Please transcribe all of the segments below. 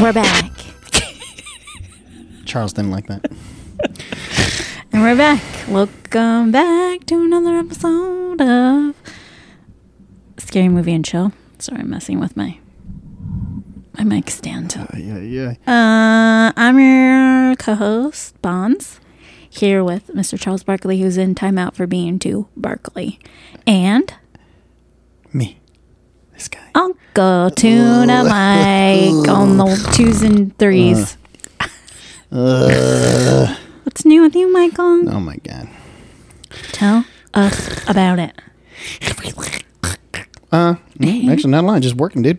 We're back. Charles didn't like that. And we're back. Welcome back to another episode of Scary Movie and Chill. Sorry, I'm messing with my my mic stand. Uh, yeah, yeah. I'm your co-host Bonds here with Mr. Charles Barkley, who's in timeout for being too Barkley, and Me. This guy. Oh. Uncle Tuna Mike on the twos and threes. Ugh. What's new with you, Michael? oh my god. Tell us about it. Uh, mm, actually, not a lot. Just working, dude.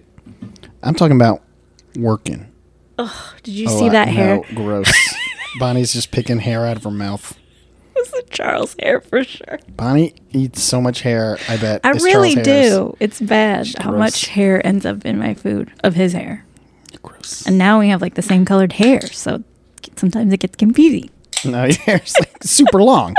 I'm talking about working. Did you Oh, see I- that hair? no, gross. Bonnie's just picking hair out of her mouth. This is Charles' hair for sure. Bonnie eats so much hair. I bet. I It's really Charles' hair. do. It's bad how gross. much hair ends up in my food of his hair. Gross. And now we have like the same colored hair, so sometimes it gets confusing. No, your hair's like super long.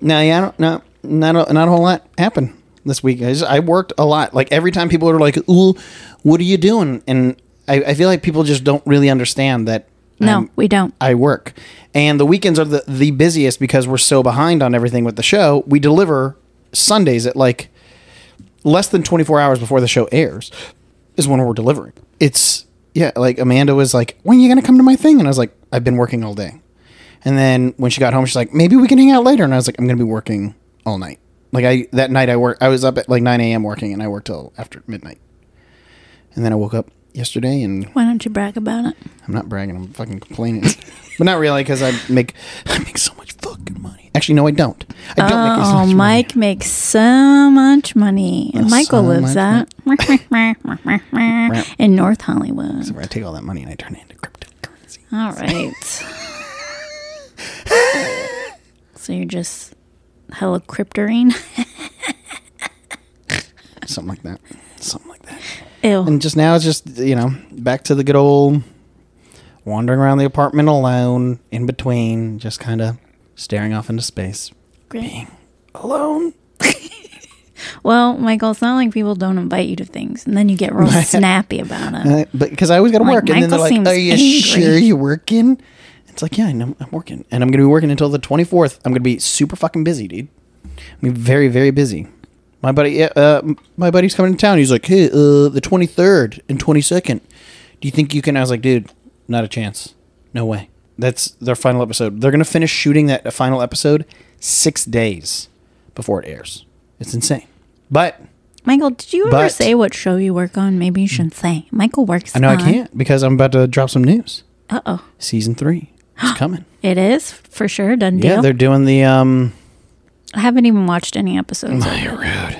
No, yeah, I don't, no, not a, not a whole lot happened this week. I, just, I worked a lot. Like every time people are like, "Ooh, what are you doing?" and I, I feel like people just don't really understand that. No, I'm- we don't. I work, and the weekends are the the busiest because we're so behind on everything with the show. We deliver Sundays at like less than 24 hours before the show airs is when we're delivering. It's yeah, like Amanda was like, "When are you going to come to my thing?" and I was like, "I've been working all day." And then when she got home, she's like, "Maybe we can hang out later." And I was like, "I'm going to be working all night." Like I that night I work I was up at like 9 a.m. working and I worked till after midnight. And then I woke up yesterday and Why don't you brag about it? I'm not bragging. I'm fucking complaining, but not really because I make I make so much fucking money. Actually, no, I don't. I don't make so Oh, much money. Mike makes so much money. And Oh, Michael so lives much that in North Hollywood. Where I take all that money and I turn it into cryptocurrency. All right. so you're just hella cryptoring? something like that, something like that. Ew. And just now, it's just you know back to the good old wandering around the apartment alone, in between, just kind of staring off into space, Great. alone. Well, Michael, it's not like people don't invite you to things, and then you get real snappy about it. Uh, but because I always got to Like, work, and then they're Michael like, seems "Are you angry." sure you're working?" It's like, "Yeah, I know I'm working, and I'm gonna be working until the 24th. I'm gonna be super fucking busy, dude. I'm gonna be very, very busy." My buddy, uh, my buddy's coming to town. He's like, "Hey, uh, the 23rd and 22nd. Do you think you can?" I was like, "Dude, not a chance. No way. That's their final episode. They're gonna finish shooting that final episode six days before it airs. It's insane." But Michael, did you ever But- Mm. say what show you work on? Maybe you shouldn't say. Michael works. I know I on- can't because I'm about to drop some news. Uh oh, season three is coming. it is for sure done Yeah, deal. they're doing the um. I haven't even watched any episodes. You're rude.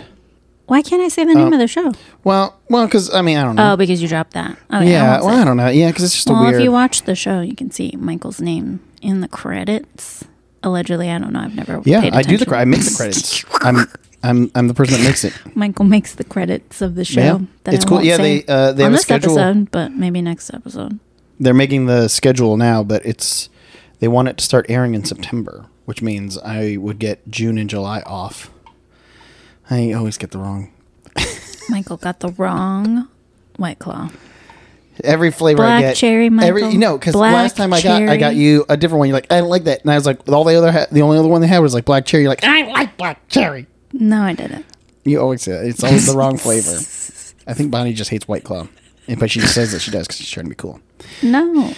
Why can't I say Oh. the name of the Mm. show? Well, well, because I mean, I don't know. Oh, because you dropped that. Okay, I yeah, won't well, say. I don't know. Yeah, because it's just a well, weird. if you watch the show, you can see Michael's name in the credits. Allegedly, I don't know. I've never. yeah, paid I do attention. the. cre- I make the credits. I'm, I'm, I'm the person that makes it. Michael makes the credits of the show. Yeah. that It's I cool. won't Yeah, say they, uh, they on have a this schedule. episode, but maybe next episode. They're making the schedule now, but it's they want it to start airing in September, which means I would get June and July off. I always get the wrong. Michael got the wrong White Claw. Every flavor I Black get, cherry, Every, Michael. you know, because Black last time I got, I got cherry. you a different one. You're like, I don't like that, and I was like, all the other, ha- the only other one they had was like black cherry. You're like, I like black cherry. No, I didn't. You always say that. It's always the wrong flavor. I think Bonnie just hates White Claw, and- but she says that she does because she's trying to be cool. No.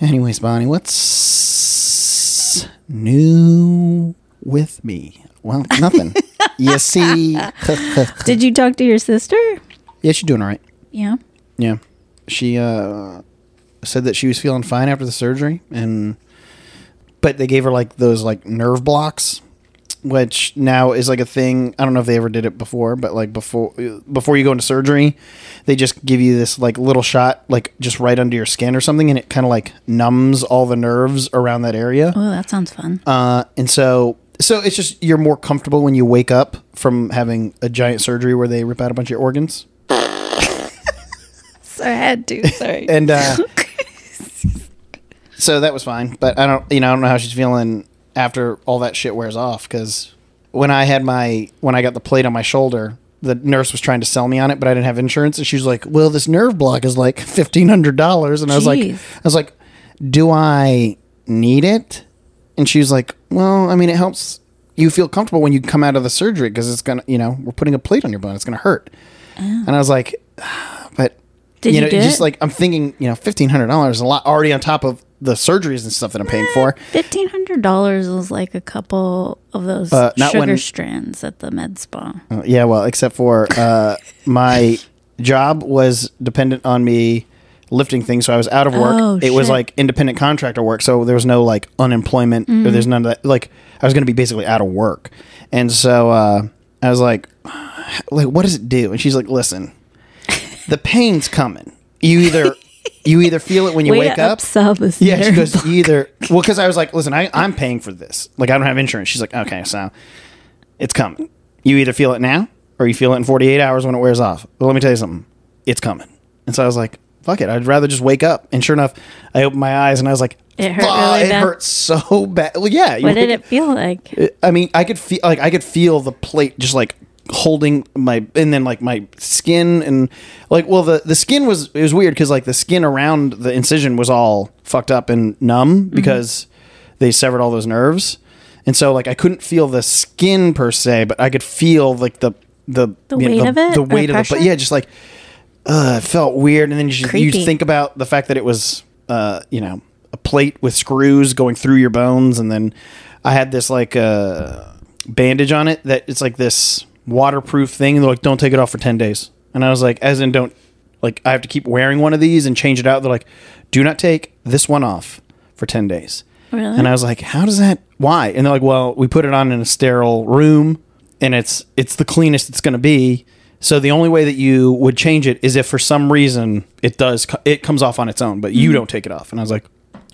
Anyways, Bonnie, what's new with me? Well, nothing. you see, yeah, Did you talk to your sister? she's doing all right. Yeah. Yeah, she uh, said that she was feeling fine after the surgery, and but they gave her like those like nerve blocks, which now is like a thing. I don't know if they ever did it before, but like before before you go into surgery, they just give you this like little shot, like just right under your skin or something, and it kind of like numbs all the nerves around that area. Oh, that sounds fun. Uh, and so so it's just you're more comfortable when you wake up from having a giant surgery where they rip out a bunch of organs. So I had to. Sorry. and uh, so that was fine. But I don't, you know, I don't know how she's feeling after all that shit wears off. Because when I had my when I got the plate on my shoulder, the nurse was trying to sell me on it, but I didn't have insurance. And she was like, "Well, this nerve block is like fifteen hundred dollars," and I was like, Jeez. "I was like, do I need it?" And she was like, "Well, I mean, it helps you feel comfortable when you come out of the surgery because it's gonna, you know, we're putting a plate on your bone. It's gonna hurt." And I was like, "Ah, "But Oh. Did you you know, do it's just it? like I'm thinking, you know, fifteen hundred dollars is a lot already on top of the surgeries and stuff that I'm paying for." Fifteen hundred dollars was like a couple of those But Uh, not sugar when- strands at the med spa. Uh, Yeah, well, except for uh, my job was dependent on me lifting things, so I was out of work. Oh, it was shit. like independent contractor work, so there was no like unemployment Mm-hmm. or there's none of that. Like I was going to be basically out of work, and so uh, I was like, like what does it do? And she's like, listen, the pain's coming. You either you either feel it when you Way wake to up. upsell this. Yeah, she nerve goes block. "You either. Well, because I was like, listen, I, I'm paying for this. Like, I don't have insurance. She's like, okay, so it's coming. You either feel it now or you feel it in 48 hours when it wears off. Well, let me tell you something. It's coming. And so I was like, fuck it. I'd rather just wake up. And sure enough, I opened my eyes and I was like, It hurt "Fuck, really it bad?" hurt so bad. Well, yeah. you What did wake- it feel like? I mean, I could feel like I could feel the plate just like holding my and then like my skin and like well the the skin was it was weird because like the skin around the incision was all fucked up and numb Mm-hmm. because they severed all those nerves and so like I couldn't feel the skin per se but I could feel like the the The weight of it the and the weight of the pressure? but yeah just like uh, it felt weird and then you, you Creepy. think about the fact that it was uh, you know a plate with screws going through your bones and then i had this like uh, bandage on it that it's like this waterproof thing and they're like don't take it off for 10 days and i was like as in don't like i have to keep wearing one of these and change it out they're like do not take this one off for 10 days Really? and I was like, "How does that? Why?" And they're like, "Well, we put it on in a sterile room, and it's it's the cleanest it's going to be. So the only way that you would change it is if for some reason it does co- it comes off on its own, but you don't take it off." And I was like,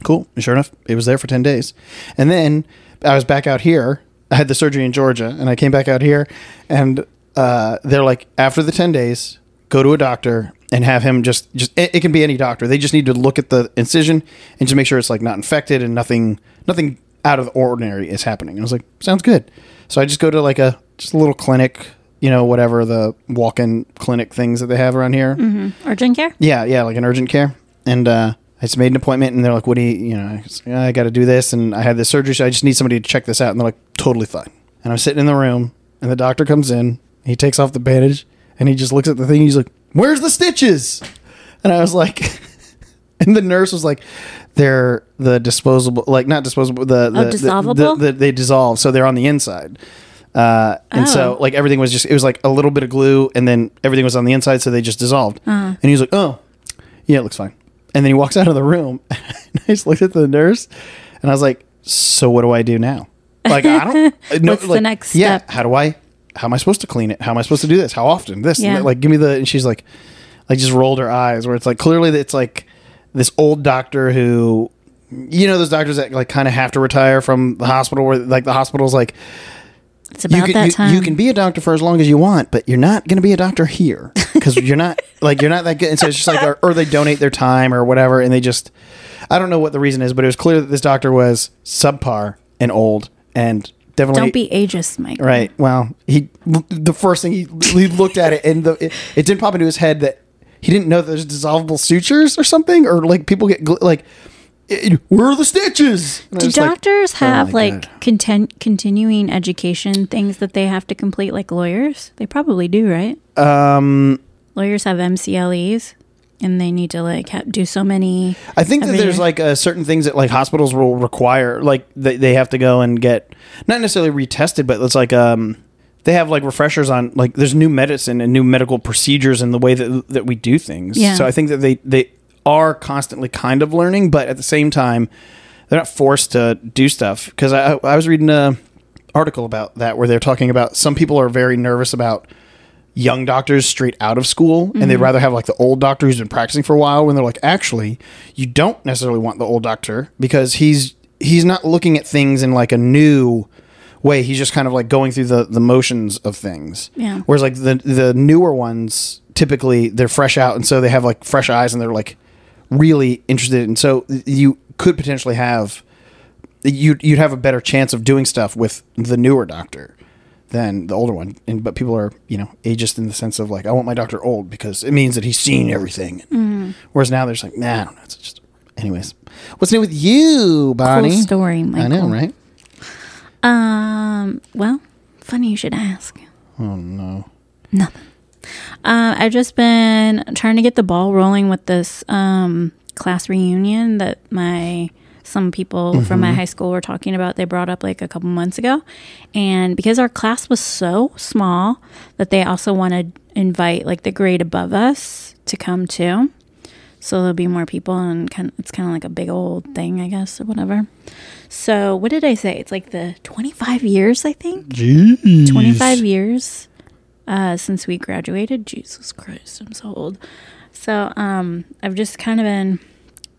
"Cool." And sure enough, it was there for ten days, and then I was back out here. I had the surgery in Georgia, and I came back out here, and uh, they're like, "After the ten days, go to a doctor." And have him just just it, it can be any doctor. They just need to look at the incision and just make sure it's like not infected and nothing nothing out of the ordinary is happening. And I was like, sounds good. So I just go to like a just a little clinic, you know, whatever the walk-in clinic things that they have around here. Urgent care? Yeah, yeah, like an urgent care. And uh, I just made an appointment, and they're like, "What do you, you know, I, just, "Yeah, I got to do this, and I had this surgery, so I just need somebody to check this out." And they're like, "Totally fine." And I'm sitting in the room, and the doctor comes in, he takes off the bandage, and he just looks at the thing, he's like, "Where's the stitches?" And I was like. And the nurse was like, "They're the disposable, like not disposable, the the, the- Oh, dissolvable? the- they dissolve, so they're on the inside." Uh, and so Oh. like everything was just it was like a little bit of glue and then everything was on the inside so they just dissolved Uh-huh. and he was like oh yeah it looks fine and then he walks out of the room and i just looked at the nurse and i was like so what do i do now like i don't uh, no, What's the like, next yeah step? how do i how am i supposed to clean it how am i supposed to do this how often this and Yeah. that, like give me the and she's like like just rolled her eyes where it's like clearly it's like this old doctor who you know those doctors that like kind of have to retire from the hospital where like the hospital's like It's about you can, that you, time. You can be a doctor for as long as you want, but you're not going to be a doctor here because you're not like you're not that good. And so it's just like, or, or they donate their time or whatever, and they just, I don't know what the reason is, but it was clear that this doctor was subpar and old and definitely Don't be ageist, Mike. right. Well, he the first thing he, he looked at it and the it, it didn't pop into his head that he didn't know there's dissolvable sutures or something or like people get gl- like. it- where are the stitches? And I Do was like, doctors "Oh my have God." like content continuing education things that they have to complete like lawyers? They probably do, right? Um lawyers have MCLEs and they need to like ha- do so many I think that every there's year. like uh, certain things that like hospitals will require, like they, they have to go and get not necessarily retested, but it's like um they have like refreshers on like there's new medicine and new medical procedures and the way that that we do things. Yeah. So I think that they they are constantly kind of learning, but at the same time they're not forced to do stuff because I I was reading a article about that where they're talking about some people are very nervous about young doctors straight out of school and they'd rather have like the old doctor who's been practicing for a while when they're like actually you don't necessarily want the old doctor because he's he's not looking at things in like a new way he's just kind of like going through the the motions of things Yeah. whereas like the the newer ones typically they're fresh out and so they have like fresh eyes and they're like really interested and so you could potentially have you'd, you'd have a better chance of doing stuff with the newer doctor than the older one. And but people are you know ageist in the sense of like I want my doctor old because it means that he's seen everything. Mm-hmm. Whereas now they're just like nah, I don't know. It's just anyways. What's new with you, Bonnie? story, I Michael. know, right? Um. Well, funny you should ask. Oh no. Nothing. Uh, I've just been trying to get the ball rolling with this um, class reunion that my some people from Mm-hmm. my high school were talking about. They brought up like a couple months ago, and because our class was so small, that they also want to invite like the grade above us to come too. So there'll be more people, and kind it's kind of like a big old thing, I guess, or whatever. So what did I say? It's like the twenty five years, I think. 25 years uh, since we graduated. Jesus Christ, I'm so old. So um, I've just kind of been,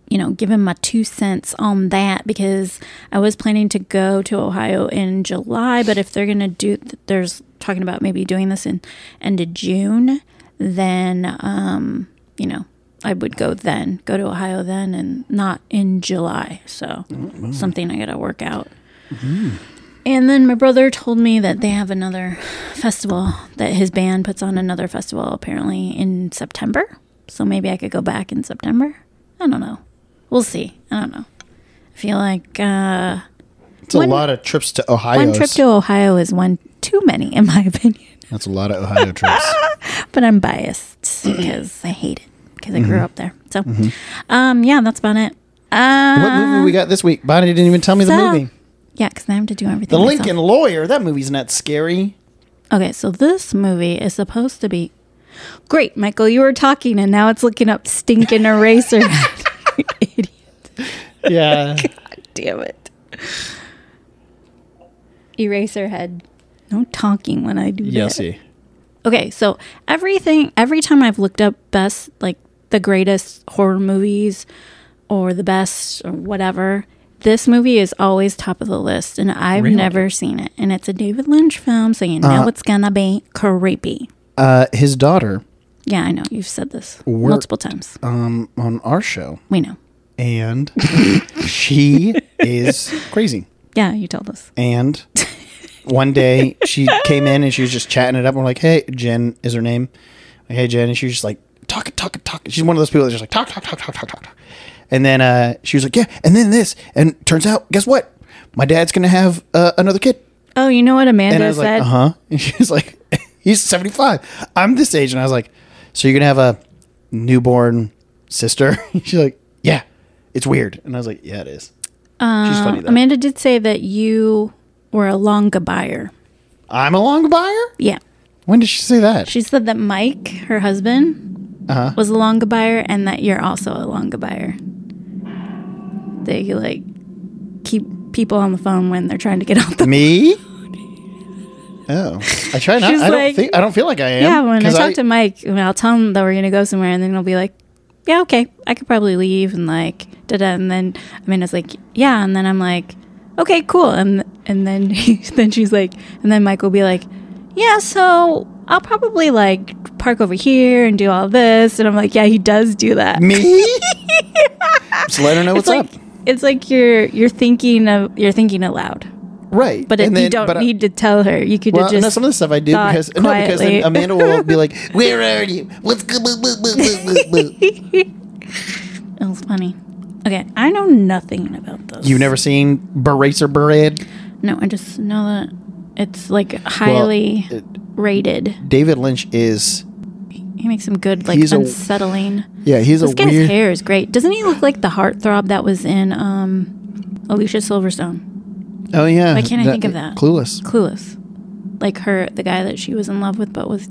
you know, giving my two cents on that because I was planning to go to Ohio in July, but if they're going to do, there's talking about maybe doing this in end of June, then, um, you know, I would go then, go to Ohio then, and not in July. So something I got to work out. And then my brother told me that they have another festival that his band puts on another festival apparently in September. So maybe I could go back in September. I don't know. We'll see. I don't know. I feel like uh, It's a One- lot of trips to Ohio. one trip to Ohio is one too many, in my opinion. That's a lot of Ohio trips. But I'm biased because I hate it because I grew Mm-hmm. up there. So, um, yeah, that's about it. Uh, What movie we got this week? Bonnie didn't even tell me the so- movie. Yeah, because I have to do everything. The myself. Lincoln Lawyer. That movie's not scary. Okay, so this movie is supposed to be great, Michael. You were talking, and now it's looking up stinking eraser. Idiot! Yeah. Damn it. Eraserhead. No talking when I do You'll that. see. Okay, so everything, every time I've looked up best, like the greatest horror movies or the best or whatever, this movie is always top of the list, and I've Really? never seen it. And it's a David Lynch film, so you know Uh, it's gonna be creepy. Uh, his daughter, Yeah, I know. You've said this Worked. multiple times. um, on our show, We know. and she is crazy. Yeah, you told us. And one day she came in and she was just chatting it up. And we're like, "Hey, Jen is her name." Like, hey, Jen, and she was just like talking, talking, talking. She's one of those people that's just like talk, talk, talk, talk, talk, talk, talk. And then uh, she was like, "Yeah," and then this, and turns out, guess what? My dad's gonna have uh, another kid. Oh, you know what Amanda And I was said? like, uh huh. And she's like, he's 75. I'm this age. And I was like, so you're going to have a newborn sister? she's like, yeah, it's weird. And I was like, yeah, it is. she's Uh, funny, though. Amanda did say that you were a longa buyer. I'm a long buyer? Yeah. When did she say that? She said that Mike, her husband, Uh-huh. was a longa buyer and that you're also a longa buyer. They like keep people on the phone when they're trying to get out the Me? Oh, I try not. She's I don't like- think. I don't feel like I am. Yeah, when I 'cause talk to Mike, I mean, I'll tell him that we're gonna go somewhere, and then he'll be like, "Yeah, okay, I could probably leave," and like, da da. And then I mean, it's like, "Yeah," and then I'm like, "Okay, cool," and and then he, then she's like, and then Mike will be like, "Yeah, so I'll probably like park over here and do all this," and I'm like, "Yeah, he does do that." me. Just let her know It's what's like up. it's like you're you're thinking of you're thinking aloud, Right. but And it, you then- don't but I- need to tell her. You could Well, just no, some of the stuff I do thought because no, because quietly. then Amanda will be like, "Where are you? What's good?" Boo, boo, boo, boo, boo, boo." It was funny. Okay, I know nothing about this. You've never seen Beracer Bread? No, I just know that it's like highly it- rated. uh, David Lynch is He makes some good, like He's a- unsettling. yeah, he's this a guy's weird hair is great. Doesn't he look like the heartthrob that was in um, Alicia Silverstone? Oh yeah. Why can't I think of that? Clueless. Clueless. Like her, the guy that she was in love with, but was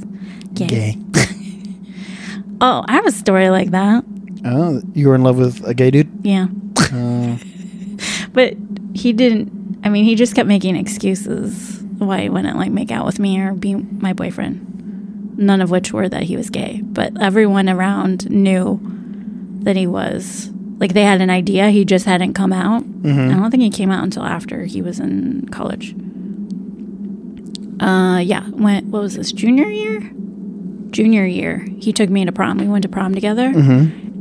gay. Gay. Oh, I have a story like that. Oh, you were in love with a gay dude? Yeah. Uh, But he didn't, I mean, he just kept making excuses why he wouldn't like make out with me or be my boyfriend. None of which were that he was gay, but everyone around knew that he was. Like they had an idea, he just hadn't come out. I don't think he came out until after he was in college. Uh, yeah. When Mm-hmm. what was this junior year? Junior year, he took me to prom. We went to prom together,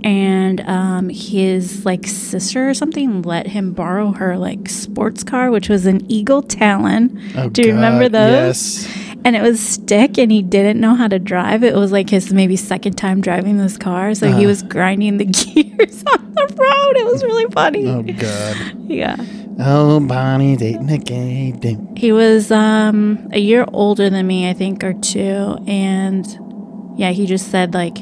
and um, his like sister or something let him borrow her like sports car, which was an Eagle Talon. Oh, Do you remember God, those? yes. And it was stick, and he didn't know how to drive. It was like his maybe second time driving this car, so he Uh-huh. was grinding the gears on the road. It was really funny. Oh God. Yeah, Oh Bonnie dating a gay dude. he was um, a year older than me, I think, or two, and yeah, he just said like.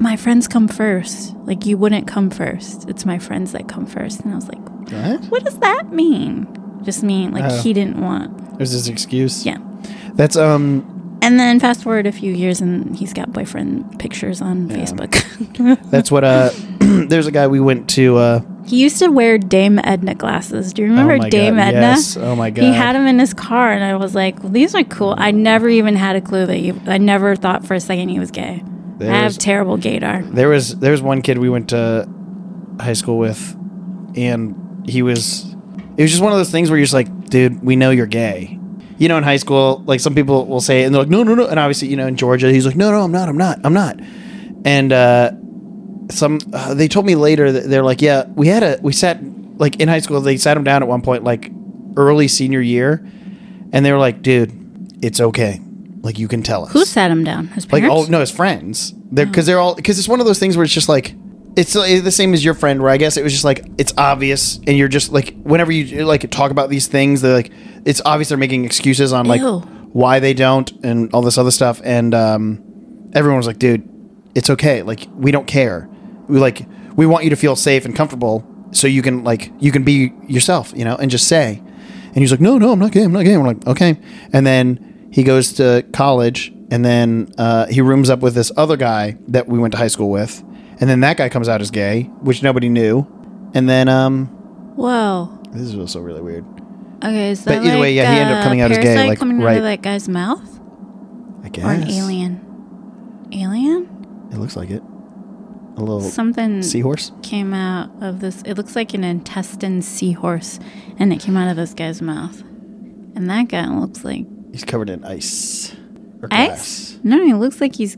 My friends come first. Like, you wouldn't come first. It's my friends that come first. And I was like, What? What does that mean? Just mean like Oh. he didn't want. It was his excuse. Yeah. That's um. And then fast forward a few years and he's got boyfriend pictures on Facebook. That's what uh. there's a guy we went to. uh he used to wear Dame Edna glasses. Do you remember Oh my Dame God, Edna? yes. Oh my He God. had them in his car and I was like, well, these are cool. I never even had a clue that he, I never thought for a second he was gay. I There's- have terrible gaydar. There was there was one kid we went to high school with, and he was. It was just one of those things where you're just like, dude, we know you're gay. You know, in high school, like some people will say, it and they're like, no, no, no. And obviously, you know, in Georgia, he's like, no, no, I'm not, I'm not, I'm not. And uh, some uh, they told me later that they're like, yeah, we had a we sat like in high school. They sat him down at one point, like early senior year, and they were like, dude, it's okay. Like you can tell us Who sat him down? His like parents? Oh. all no his friends they're because they're all because it's one of those things where it's just like it's uh, the same as your friend where i guess it was just like it's obvious and you're just like whenever you like talk about these things they're like it's obvious they're making excuses on like Ew. why they don't and all this other stuff and um everyone was like dude it's okay like we don't care we like we want you to feel safe and comfortable so you can like you can be yourself you know and just say and he's like no no i'm not gay i'm not gay we're like okay and then he goes to college and then uh, he rooms up with this other guy that we went to high school with and then that guy comes out as gay which nobody knew and then um Whoa. this is also really weird Okay, is But that either way, like, yeah, he ended up uh, coming out as gay, Parasite like, coming out right- of that guy's mouth? i guess Or an alien? Alien? it looks like it a little Something seahorse came out of this. It looks like an intestine seahorse, and it came out of this guy's mouth. And that guy looks like he's covered in ice or ice. glass. No, he looks like he's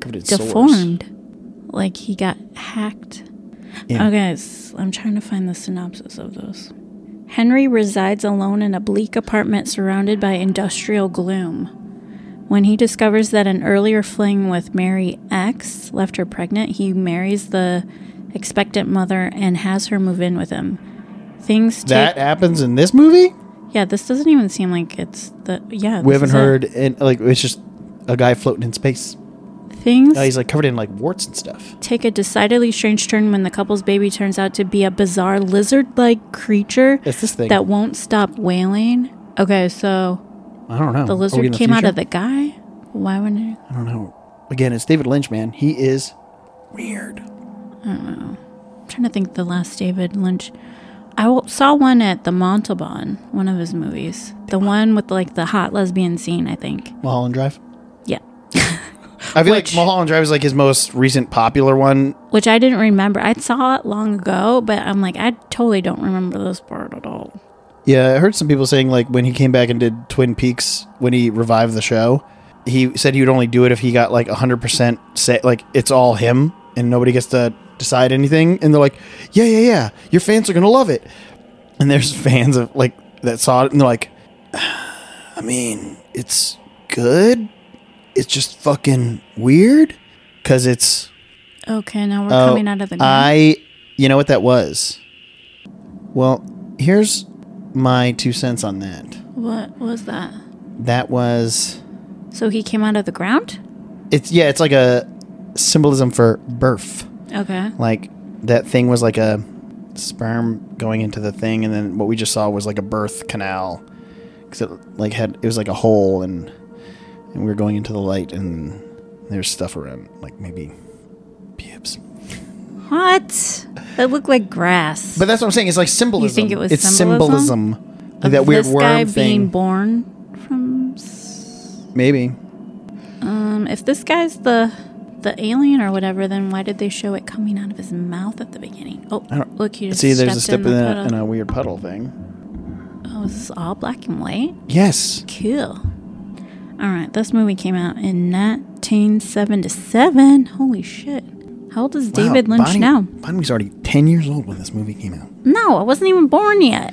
covered in sores. deformed, like he got hacked. Yeah. Okay, s- I'm trying to find the synopsis of those. Henry resides alone in a bleak apartment surrounded by industrial gloom. When he discovers that an earlier fling with Mary X left her pregnant, he marries the expectant mother and has her move in with him. Things that take happens in this movie yeah. This doesn't even seem like it's the yeah. we this haven't is it. heard and like it's just a guy floating in space things. Uh, he's like covered in like warts and stuff. take a decidedly strange turn when the couple's baby turns out to be a bizarre lizard like creature It's this thing. that won't stop wailing. Okay, so I don't know. the lizard came out of the guy? Why wouldn't it? I don't know. Again, it's David Lynch, man. He is weird. I'm trying to think the last David Lynch. I w- saw one at the Montalban, one of his movies. The one with like the hot lesbian scene, I think. Mulholland Drive. Yeah. I feel Which- like Mulholland Drive is like his most recent popular one. Which I didn't remember. I saw it long ago, but I'm like, I totally don't remember this part at all. Yeah, I heard some people saying like when he came back and did Twin Peaks when he revived the show, he said he would only do it if he got like 100% say like it's all him and nobody gets to decide anything and they're like, "Yeah, yeah, yeah. Your fans are going to love it." And there's fans of like that saw it and they're like, "I mean, it's good. It's just fucking weird cuz it's Okay, now we're Oh, coming out of the ground. I, you know what that was? Well, here's my two cents on that. What was that? That was, So he came out of the ground? it's yeah, it's like a symbolism for birth. Okay. Like that thing was like a sperm going into the thing, and then what we just saw was like a birth canal because it like had it was like a hole, and and we were going into the light, and there's stuff around, like maybe pubes. What? That looked like grass. But that's what I'm saying. It's like symbolism. it was it's symbolism? symbolism. Like that weird this worm guy thing. being born from. s- Maybe. Um, if this guy's the the alien or whatever, then why did they show it coming out of his mouth at the beginning? Oh, I don't look, you just See, there's a step stepped in, in, the a, in puddle. a weird puddle thing. Oh, is this all black and white? Yes. Cool. All right, this movie came out in 1977. Holy shit. How old is Wow, David Lynch Bonnie, now? Bonnie was already 10 years old when this movie came out. No, I wasn't even born yet.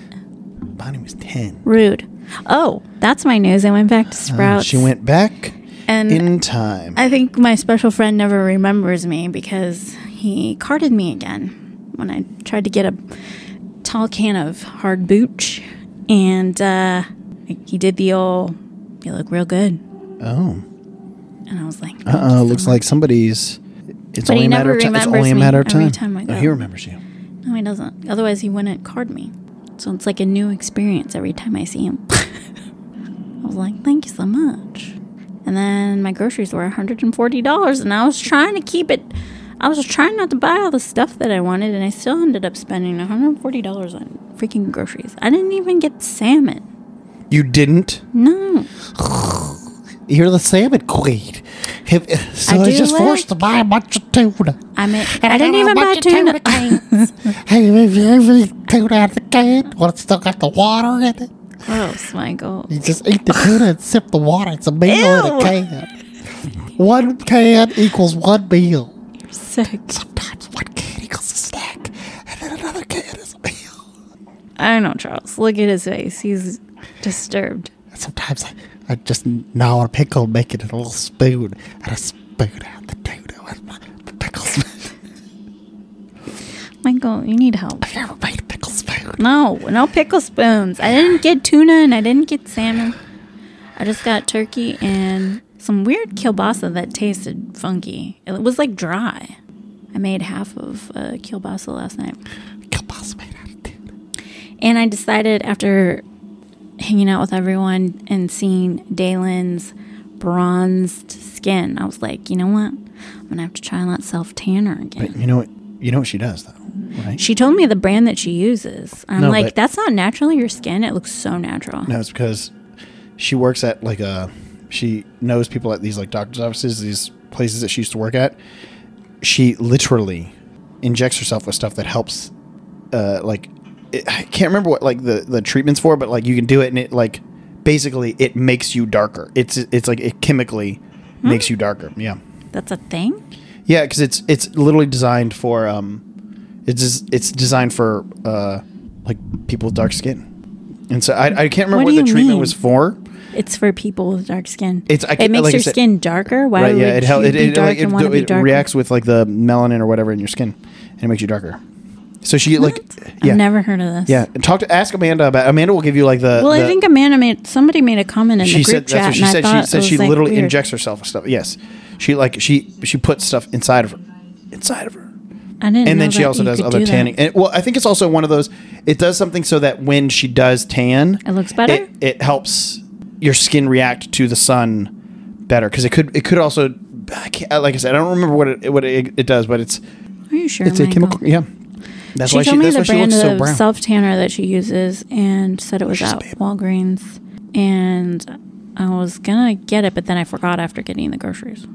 Bonnie was 10. Rude. Oh, that's my news. I went back to Oh, Sprouts. she went back and in time. I think my special friend never remembers me because he carded me again when I tried to get a tall can of hard booch, and uh, he did the old "you look real good," oh. and I was like, Uh oh. Looks like somebody's. It's But he only a matter never of time. It's remembers only a me matter of every time. time I No, go. he remembers you. "No, he doesn't." Otherwise, he wouldn't card me. So it's like a new experience every time I see him. I was like, "Thank you so much." And then my groceries were $140, and I was trying to keep it. I was trying not to buy all the stuff that I wanted, and I still ended up spending $140 on freaking groceries. I didn't even get salmon. You didn't. No. You're the salmon queen. Have- so I, I do just forced like- to buy a bunch of tuna. I mean, And I didn't got a even buy bunch of tuna. cans. I moved every tuna out of the can. Well, it's still got the water in it. Gross, Michael. You just eat the tuna and sip the water. It's a meal in a Ew. can. One can equals one meal. Sick. Sometimes one can equals a snack, and then another can is a meal. I don't know, Charles. Look at his face. He's disturbed. Sometimes I, I just gnaw a pickle, make it in a little spoon, and I spoon out the tuna with my my pickle spoon. Michael, you need help. Have you ever made a pickle spoon? No, no pickle spoons. I didn't get tuna and I didn't get salmon. I just got turkey and some weird kielbasa that tasted funky. It was like dry. I made half of uh, kielbasa last night. Kielbasa made out of tuna. And I decided after hanging out with everyone and seeing Dalen's bronzed skin, I was like, you know what? I'm going to have to try that self tanner again. You know what? You know what she does though, right? She told me the brand that she uses. I'm No, like, but- that's not naturally your skin. It looks so natural. No, it's because she works at like a. She knows people at these like doctors' offices, these places that she used to work at. She literally injects herself with stuff that helps. Uh, like it, I can't remember what like the the treatments for, but like you can do it and it like basically it makes you darker. It's it's like it chemically makes you darker. Yeah, That's a thing? yeah, because it's it's literally designed for um, it's just- it's designed for uh like people with dark skin. And so I, I can't remember What what, do the you treatment mean? was for. It's for people with dark skin. It's- I it can't- makes like I your said- skin darker. Why right? would Yeah, it helps. you It, be it, dark like, and want to it, be it darker? reacts with like the melanin or whatever in your skin, and it makes you darker. So she like, What? yeah, I've never heard of this. yeah. Talk to ask Amanda about. Amanda will give you like the. Well, I the- think Amanda made somebody made a comment in she the group said chat, that's what she and I said. thought She said it she was, like, literally weird. injects herself with stuff. Yes, she like she she puts stuff inside of her, inside of her. I didn't and know then she that also you does could other do that. tanning. And, well, I think it's also one of those. It does something so that when she does tan, It looks better? It, it helps your skin react to the sun better because it could. It could also. I can't, like I said, I don't remember what it what it, it does, but it's Are you sure? it's a Michael? chemical. Yeah, that's She why told she me that's the why she brand looks so of brown. self tanner that she uses, and said it was She's a at babe. Walgreens, and I was gonna get it, but then I forgot after getting the groceries,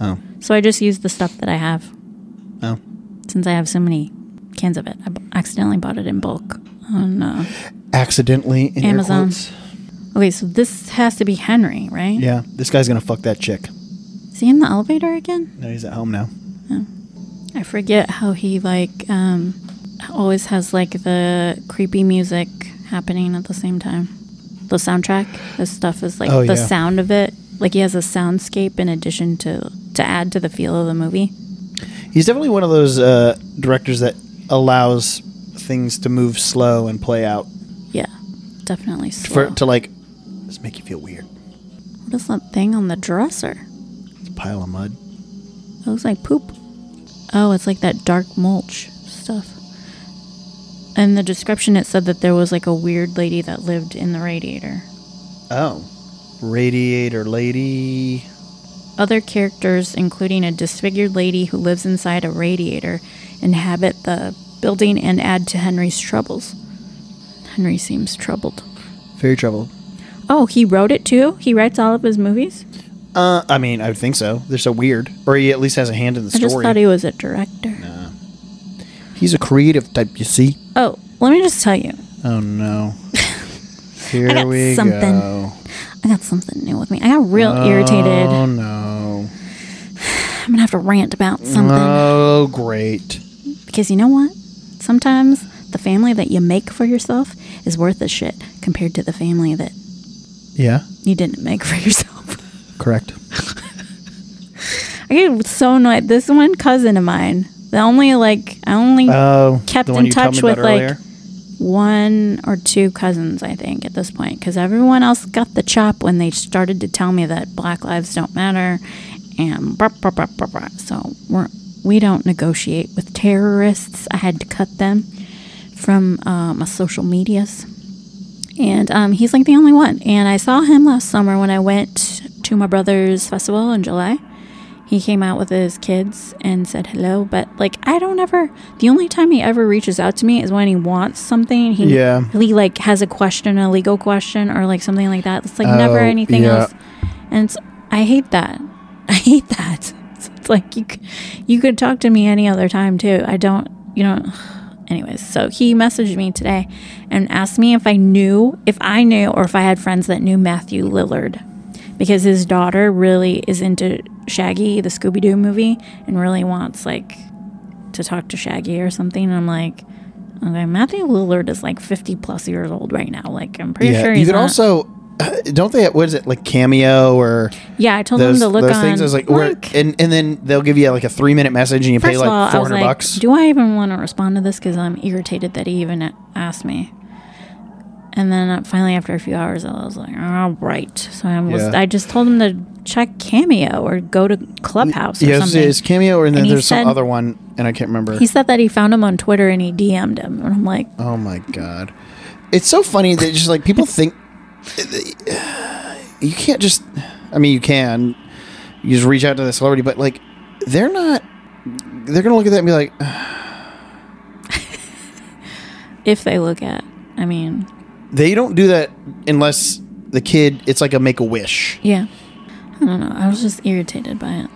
oh, so I just used the stuff that I have. oh. since I have so many cans of it. I b- accidentally bought it in bulk. On uh, Accidentally in air Amazon. quotes. okay, so this has to be Henry, right? Yeah, this guy's gonna fuck that chick. Is he in the elevator again? No, he's at home now. I forget how he like um, always has like the creepy music happening at the same time. The soundtrack, this stuff is like Oh, the yeah. sound of it. Like he has a soundscape in addition to to add to the feel of the movie. He's definitely one of those uh, directors that allows things to move slow and play out Yeah, definitely. for Slow. to like just make you feel weird. what is that thing on the dresser? pile of mud. It looks like poop. Oh, it's like that dark mulch stuff. In the description, it said that there was like a weird lady that lived in the radiator. Oh. Radiator lady. Other characters, including a disfigured lady who lives inside a radiator, inhabit the building and add to Henry's troubles. Henry seems troubled. Very troubled. Oh, he wrote it too? He writes all of his movies? Uh, I mean, I would think so. They're so weird. Or he at least has a hand in the I just story. thought he was a director. He's a creative type, you see. Oh, let me just tell you Oh no. Here I got we something go. I got something new with me. I got real irritated Oh no. I'm gonna have to rant about something Oh, great. because you know what? Sometimes the family that you make for yourself is worth a shit compared to the family that Yeah, you didn't make for yourself. correct. I get so annoyed. This one cousin of mine, the only like I only Oh, Kept the one in you told touch me about with, like- earlier? one or two cousins, I think, at this point, because everyone else got the chop when they started to tell me that Black Lives don't matter, and blah, blah, blah, blah, blah. so we're we don't negotiate with terrorists. I had to cut them from uh, my social medias, and um, he's like the only one. And I saw him last summer when I went to my brother's festival in July. He came out with his kids and said hello, but like I don't ever. The only time he ever reaches out to me is when he wants something. He Yeah. he like has a question, a legal question, or like something like that. It's like never Oh, anything yeah. else, and it's, I hate that. I hate that. It's, it's like you c- you could talk to me any other time too. I don't. You know. Anyways, so he messaged me today and asked me if I knew, if I knew, or if I had friends that knew Matthew Lillard because his daughter really is into Shaggy, the Scooby Doo movie, and really wants like to talk to Shaggy or something. And I'm like, okay, Matthew Lillard is like 50 plus years old right now. Like, I'm pretty Yeah, sure he's you could not- also. uh, Don't they? What is it like cameo or yeah, I told those, him to look those on things? I was like, where- Look. and and then they'll give you like a three minute message and you pay First like of all, I four was hundred like, bucks. do I even want to respond to this? Because I'm irritated that he even a- asked me. And then uh, finally, after a few hours, I was like, all right. So I was, Yeah. I just told him to check Cameo or go to Clubhouse or yes, something. it's cameo, and then And he there's said- some other one, and I can't remember. He said that he found him on Twitter and he DM'd him. And I'm like, Oh my god, it's so funny that just like people think you can't just. I mean, you can. You just reach out to the celebrity, but like they're not. They're gonna look at that and be like, if they look at, I mean, they don't do that unless the kid. It's like a make a wish. yeah. I don't know. I was just irritated by it.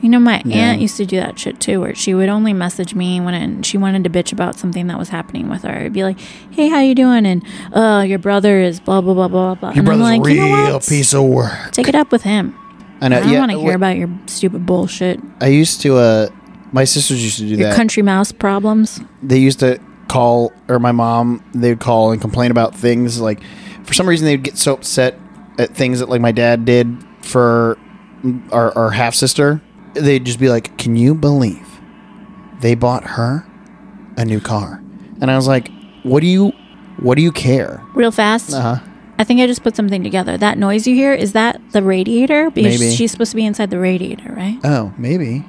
You know, my Yeah. aunt used to do that shit too, where she would only message me when it, she wanted to bitch about something that was happening with her. It'd be like, "Hey, how you doing?" And "Oh, your brother is blah blah blah blah blah." Your and brother's I'm a like, real you know what? piece of work. Take it up with him. I know. I don't yeah, want to hear wh- about your stupid bullshit, I used to. Uh, my sisters used to do your that. country mouse problems. they used to call or my mom they would call and complain about things like for some reason they'd get so upset at things that like my dad did for our, our half sister they'd just be like can you believe they bought her a new car and i was like what do you what do you care Real fast. uh-huh I think I just put something together. That noise you hear is that the radiator? Because Maybe. she's supposed to be inside the radiator, right? oh maybe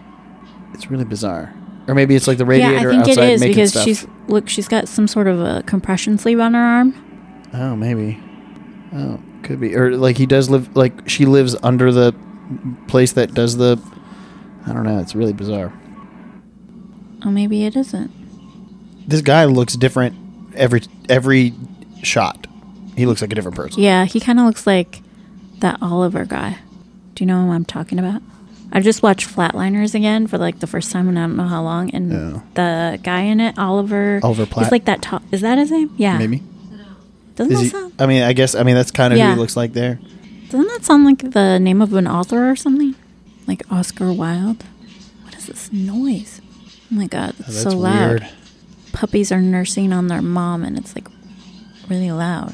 it's really bizarre or maybe it's like the radiator yeah, I think outside it is making because stuff. she's look, she's got some sort of a compression sleeve on her arm. Oh, maybe. Oh, could be. Or like he does live. Like she lives under the place that does the. I don't know. It's really bizarre. Oh, maybe it isn't. This guy looks different every every shot. He looks like a different person. Yeah, he kind of looks like that Oliver guy. Do you know who I'm talking about? I just watched Flatliners again for like the first time in I don't know how long, and Yeah. the guy in it, Oliver, Oliver Platt? he's like that. tall is that his name? Yeah, Maybe. Doesn't Is that he, sound? I mean, I guess. I mean, that's kind of who Yeah. he looks like there. Doesn't that sound like the name of an author or something? Like Oscar Wilde? What is this noise? Oh my god, Oh, it's that's so loud. weird. Puppies are nursing on their mom and it's like really loud.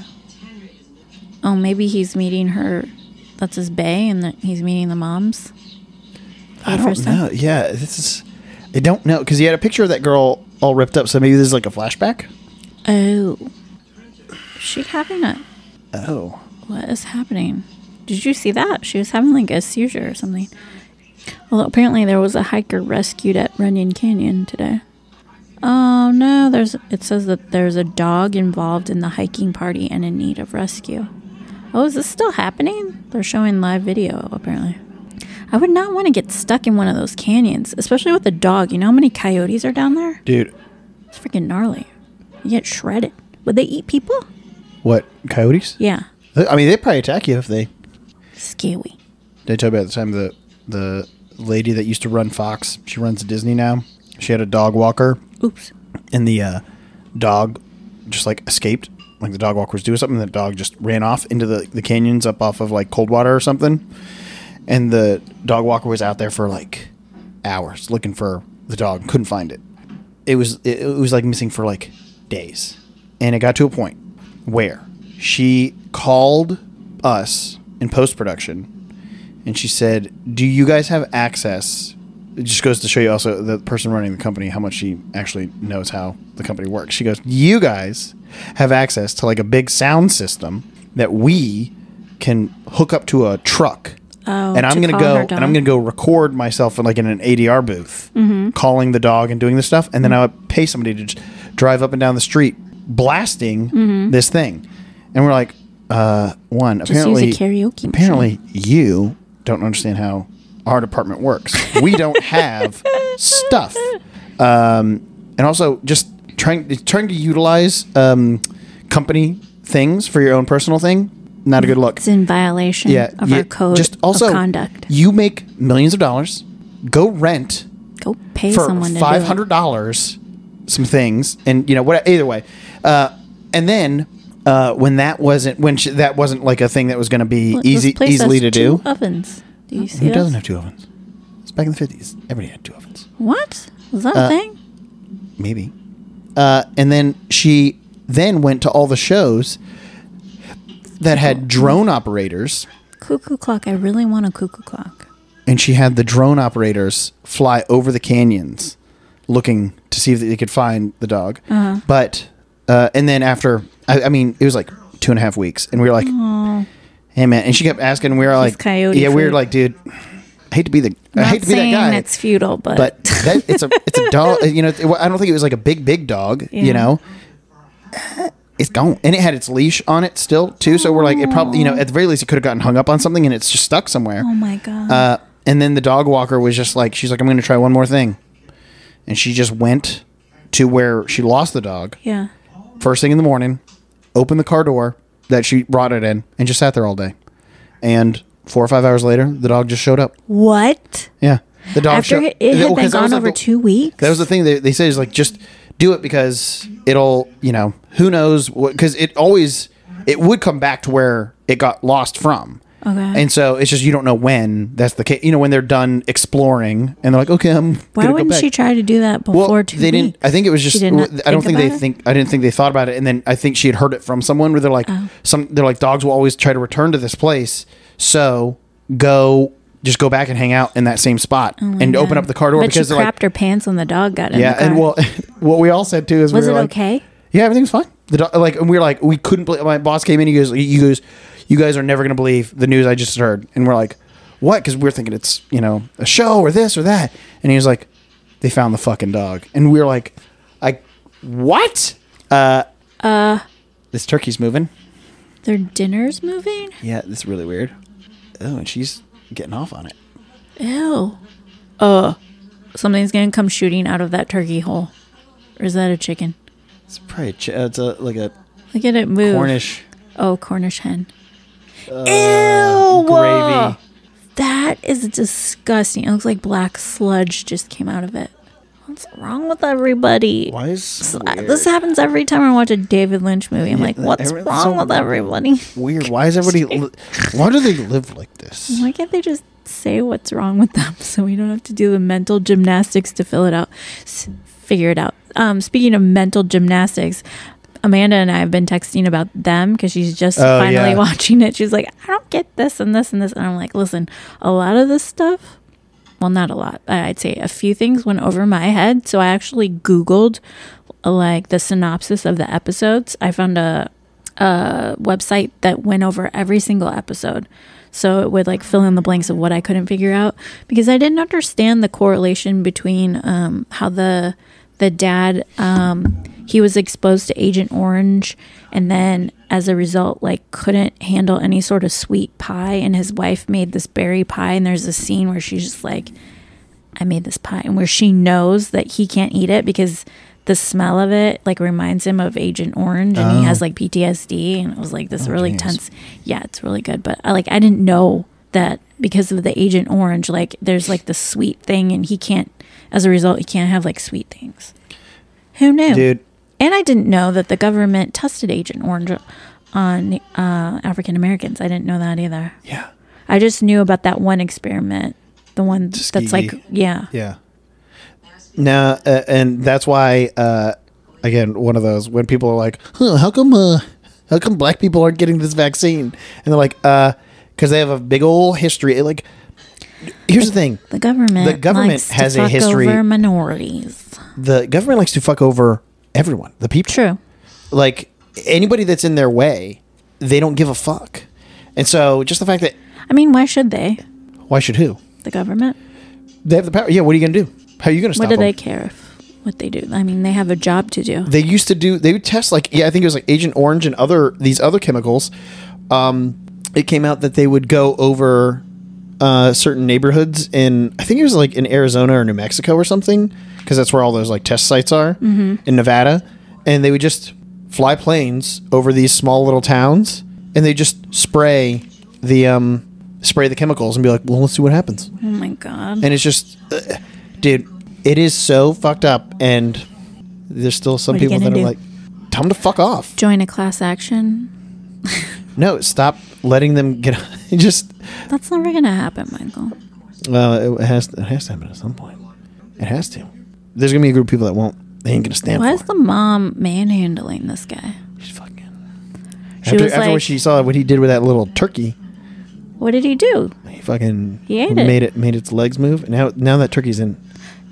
Oh, maybe he's meeting her. That's his bay and that he's meeting the moms. I the don't first time? know. Yeah, this is. I don't know because he had a picture of that girl all ripped up. So maybe this is like a flashback. Oh. She having a. Oh. What is happening? Did you see that? She was having like a seizure or something. Well, apparently there was a hiker rescued at Runyon Canyon today. Oh no, there's it says that there's a dog involved in the hiking party and in need of rescue. Oh, is this still happening? They're showing live video apparently. I would not want to get stuck in one of those canyons, especially with a dog. You know how many coyotes are down there? Dude, It's freaking gnarly. You get shredded. Would they eat people? what coyotes? Yeah. I mean, they'd probably attack you if they Scary. Did I tell you about the time the the lady that used to run Fox, she runs Disney now. She had a dog walker, Oops. and the uh, dog just like escaped. Like the dog walker was doing something, and the dog just ran off into the, the canyons up off of like Coldwater or something. And the dog walker was out there for like hours looking for the dog. Couldn't find it. It was it, it was like missing for like days, and it got to a point where she called us in post production, and she said, "Do you guys have access?" It just goes to show you also the person running the company how much she actually knows how the company works. She goes, "You guys have access to like a big sound system that we can hook up to a truck." Oh, and I'm to gonna call go her and I'm dog. Mm-hmm. gonna go record myself in like in an ADR booth, calling the dog and doing this stuff, and then I would pay somebody to just drive up and down the street blasting Mm-hmm. this thing, and we're like, uh, one use a apparently karaoke machine. Apparently, you don't understand how our department works. We don't have stuff, um, and also just trying trying to utilize um, company things for your own personal thing. Not a good look It's in violation of our code of conduct. you make millions of dollars go rent Go pay for someone to five hundred dollars some things, and you know what? Either way, uh, and then uh, when that wasn't when sh that wasn't like a thing that was going to do be it. Look, this easy place easily has to two do. Ovens. Do you see Who doesn't this? have two ovens? It's back in the fifties. Everybody had two ovens. What? Was that a Uh, thing? Maybe. Uh, and then she then went to all the shows that had drone operators. Cuckoo clock. I really want a cuckoo clock. and she had the drone operators fly over the canyons looking to see if they could find the dog. Uh-huh. But, uh, and then after, I, I mean, it was like two and a half weeks, and we were like, hey, man. And she kept asking, we were like, coyote yeah, we were food. like, dude, I hate to be the, I Not hate to be that saying guy. it's futile, but, but that, it's a it's a dog. uh, You know, it- well, I don't think it was like a big big dog. Yeah. You know, it's gone, and it had its leash on it still too. So we're like, it probably you know at the very least it could have gotten hung up on something, and it's just stuck somewhere. oh my god. Uh, and then the dog walker was just like, she's like, I'm going to try one more thing. And she just went to where she lost the dog yeah. first thing in the morning, opened the car door that she brought it in, and just sat there all day. And four or five hours later, the dog just showed up. What? Yeah. The dog After showed it it had Well, 'cause been that was gone like over the- two weeks. That was the thing that they said is like, just do it because it'll, you know, who knows what, because it always, it would come back to where it got lost from. Okay. And so it's just you don't know when that's the case. You know when they're done exploring and they're like, okay, I'm. Why gonna wouldn't go back. she try to do that before Well, two weeks? they didn't. I think it was just. did not I don't think think they about it? think. I didn't think they thought about it. And then I think she had heard it from someone where they're like, Oh. some. They're like, dogs will always try to return to this place. So go, just go back and hang out in that same spot Oh and open up the car door but because she they're crapped like, her pants when the dog got in. yeah. the And car. well, what we all said too is was we it were like, okay? yeah, everything's fine. The do- like, and we were like, we couldn't believe. My boss came in. He goes, he goes, you guys are never gonna believe the news I just heard. And we're like, what? Because we're thinking it's you know a show or this or that. And he was like, they found the fucking dog. And we were like, I what? Uh, uh, this turkey's moving. Their dinner's moving. Yeah, this is really weird. Oh, and she's getting off on it. Ew. Uh, something's gonna come shooting out of that turkey hole, or is that a chicken? It's probably a ch- uh, it's a, like a Look at it move. Cornish Uh, Oh, Cornish hen. Ew. gravy. That is disgusting. It looks like black sludge just came out of it. What's wrong with everybody? Why is Uh, This happens every time I watch a David Lynch movie. I'm like, that- what's every- wrong so- with everybody? weird? Why is everybody? Li- why do they live like this? Why can't they just say what's wrong with them so we don't have to do the mental gymnastics to fill it out, s- figure it out? Um, speaking of mental gymnastics, Amanda and I have been texting about them because she's just Oh, finally yeah. watching it. She's like, I don't get this and this and this, and I'm like, listen, a lot of this stuff. Well, not a lot. I- I'd say a few things went over my head. So I actually Googled like the synopsis of the episodes. I found a website that went over every single episode. So it would like fill in the blanks of what I couldn't figure out because I didn't understand the correlation between um, how the the dad um, he was exposed to Agent Orange and then as a result like couldn't handle any sort of sweet pie and his wife made this berry pie and there's a scene where she's just like I made this pie and where she knows that he can't eat it because the smell of it like reminds him of Agent Orange and he has like PTSD and it was like this really geez. tense yeah it's really good but I like I didn't know that because of the Agent Orange like there's like the sweet thing and he can't as a result he can't have like sweet things who knew Dude, and I didn't know that the government tested Agent Orange on uh, African Americans I didn't know that either yeah. I just knew about that one experiment the one that's like Tuskegee. yeah. Yeah. Now, uh, and that's why, uh, again, one of those when people are like, huh, "How come? Uh, how come black people aren't getting this vaccine?" And they're like, "Uh, because they have a big old history." It, Like, here's the thing: The government. The government likes to has a fuck history- over minorities. the government likes to fuck over everyone, the people. True. Like anybody that's in their way, they don't give a fuck. And so, just the fact that I mean, why should they? why should who? The government. They have the power. Yeah, what are you gonna do? How are you gonna stop What do them? they care if what they do? I mean, they have a job to do. they used to do they would test like yeah i think it was like agent orange and other these other chemicals um it came out that they would go over uh certain neighborhoods in i think it was like in arizona or new mexico or something because that's where all those like test sites are in nevada and they would just fly planes over these small little towns and they just spray the um spray the chemicals and be like well let's see what happens oh my god. and it's just uh, dude it is so fucked up and there's still some What are you people that gonna are do? like tell them to fuck off Join a class action. no stop letting them get it just That's never gonna happen, Michael. well it has it has to happen at some point it has to there's gonna be a group of people that won't they ain't gonna stand Why is for the mom manhandling this guy? it she's fucking She after, was after like- what she saw what he did with that little turkey What did he do? he fucking He ate it. made it. made its legs move and now now that turkey's in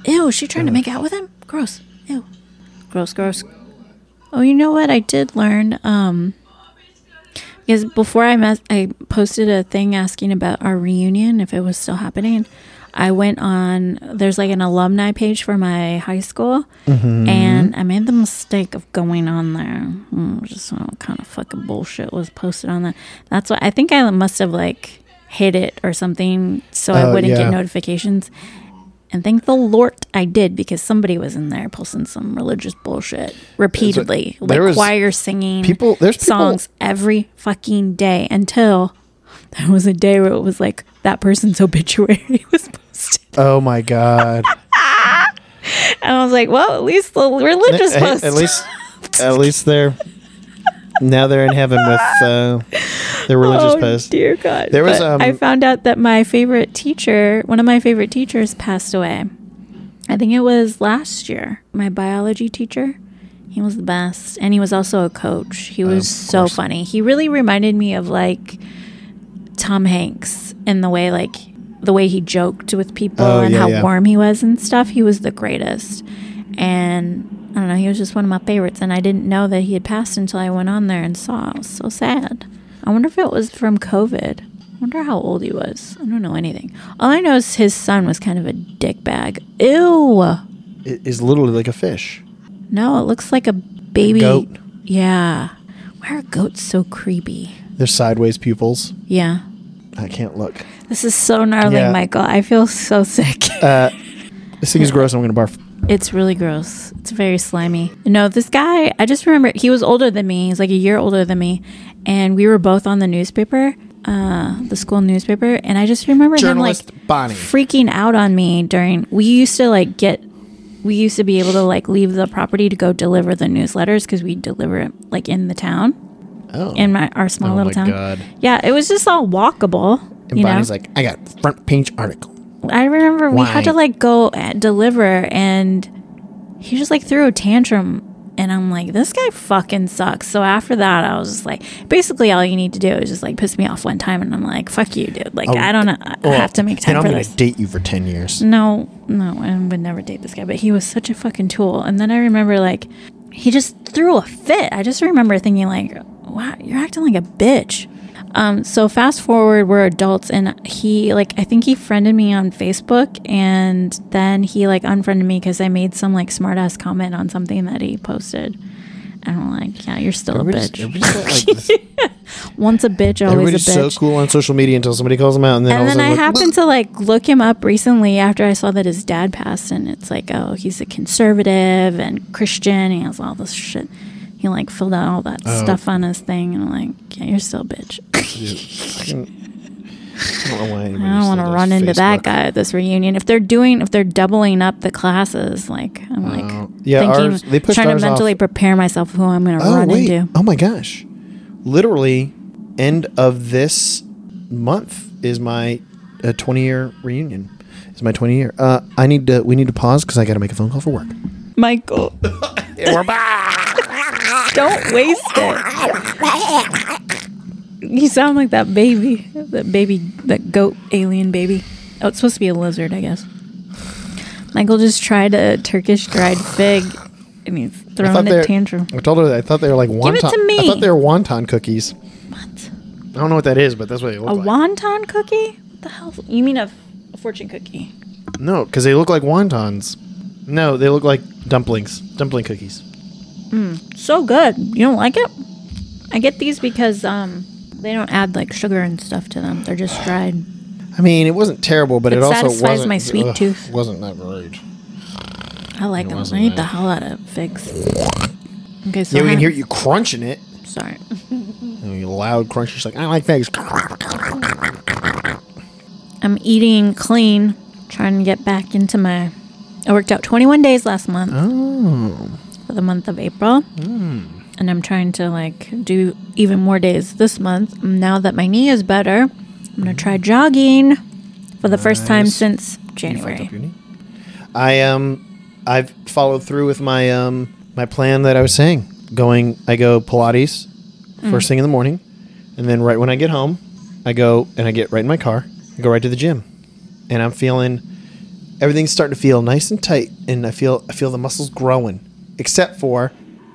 Ew, she trying to make out with him? Gross. Ew. Gross, gross. Oh, you know what I did learn? Um because before I mes- I posted a thing asking about our reunion if it was still happening. I went on there's like an alumni page for my high school Mm-hmm. and I made the mistake of going on there. Mm, Just what kind of fucking bullshit was posted on that. That's why I think I must have like hit it or something so I Oh, wouldn't yeah. get notifications. And thank the Lord I did because somebody was in there posting some religious bullshit repeatedly, there like was- choir singing people- there's people- songs every fucking day until there was a day where it was like that person's obituary was posted. oh my god And I was like, well, at least the religious Hey, post. At least, at least they're now they're in heaven with uh, their religious oh, post. dear God. There was, But um, I found out that my favorite teacher, one of my favorite teachers, passed away. I think it was last year. My biology teacher. He was the best, and he was also a coach. He was so funny. He really reminded me of like Tom Hanks in the way like the way he joked with people Oh, and yeah, how yeah. warm he was and stuff. He was the greatest. And I don't know, he was just one of my favorites and I didn't know that he had passed until I went on there and saw. I was so sad. I wonder if it was from COVID. I wonder how old he was. I don't know anything. All I know is his son was kind of a dickbag. Ew. It is literally like a fish. No, it looks like a baby Goat. Yeah. Why are goats so creepy? They're sideways pupils. Yeah. I can't look. This is so gnarly, Yeah. Michael. I feel so sick. Uh, this thing is gross. I'm gonna barf. It's really gross. It's very slimy. No, this guy, I just remember he was older than me. He's like a year older than me. And we were both on the newspaper, uh, the school newspaper. And I just remember Journalist him like Bonnie. freaking out on me during. We used to like get, we used to be able to like leave the property to go deliver the newsletters because we deliver it like in the town, Oh, in my our small Oh little my town. God. Yeah, it was just all walkable. and you know? Bonnie's like, I got front page article. I remember we had to Why? like go at deliver and he just like threw a tantrum and I'm like, this guy fucking sucks. So after that, I was just like, basically all you need to do is just like piss me off one time and I'm like, fuck you, dude. Like, I don't know. I Oh, I have to make And time I'm for gonna this. date you for ten years. No, no, I would never date this guy, but he was such a fucking tool. And then I remember like he just threw a fit. I just remember thinking like, wow, you're acting like a bitch. Um, so fast forward, we're adults, and he like I think he friended me on Facebook, and then he like unfriended me because I made some like smart ass comment on something that he posted. And I'm like, yeah, you're still a Everybody's- bitch. everybody's got, like, this- Once a bitch, always a Everybody's bitch. so cool on social media until somebody calls them out, and then all And then I of a sudden, like, happened to like look him up recently after I saw that his dad passed, and it's like, oh, he's a conservative and Christian. And he has all this shit. He like filled out all that Oh. stuff on his thing, and I'm like, yeah, you're still a bitch. I don't know why anybody I don't still want to does run into that Facebook. guy at this reunion. If they're doing, if they're doubling up the classes, like I'm like, Oh. Yeah, thinking, ours- they pushed trying to ours off. mentally prepare myself who I'm going to run into. Oh my gosh. Literally, end of this month is my uh, 20 year reunion. It's my 20 year. Uh, I need to. We need to pause because I got to make a phone call for work. Michael, And we're back. don't waste it. You sound like that baby, that baby, that goat alien baby. Oh, it's supposed to be a lizard, I guess. Michael just tried a Turkish dried fig, and he's throwing a they're- tantrum. I told her. that- I thought they were like wonton. it to me. I thought they were wonton cookies. What? I don't know what that is, but that's what they look A like. wonton cookie? What the hell? You mean a, a fortune cookie? No, because they look like wontons. No, they look like dumplings. Dumpling cookies. So good. You don't like it? I get these because um they don't add like sugar and stuff to them. They're just dried. I mean, it wasn't terrible, but It it, also satisfies wasn't. my sweet tooth. Wasn't that great? I like them. wasn't I eat bad. the hell out of figs. Okay, so Yeah, we can how- hear you crunching it. Sorry. And you loud crunch. She's like, I like figs. I'm eating clean, trying to get back into my. I worked out 21 days last month Oh, Hmm. for the month of April, and I'm trying to like do even more days this month. Now that my knee is better, I'm gonna try jogging for the first time Nice. since You fucked January. up your knee. I um, I've followed through with my um, my plan that I was saying. Going, I go Pilates Mm. first thing in the morning, and then right when I get home, I go and I get right in my car. I go right to the gym, and I'm feeling everything's starting to feel nice and tight, and I feel I feel the muscles growing, except for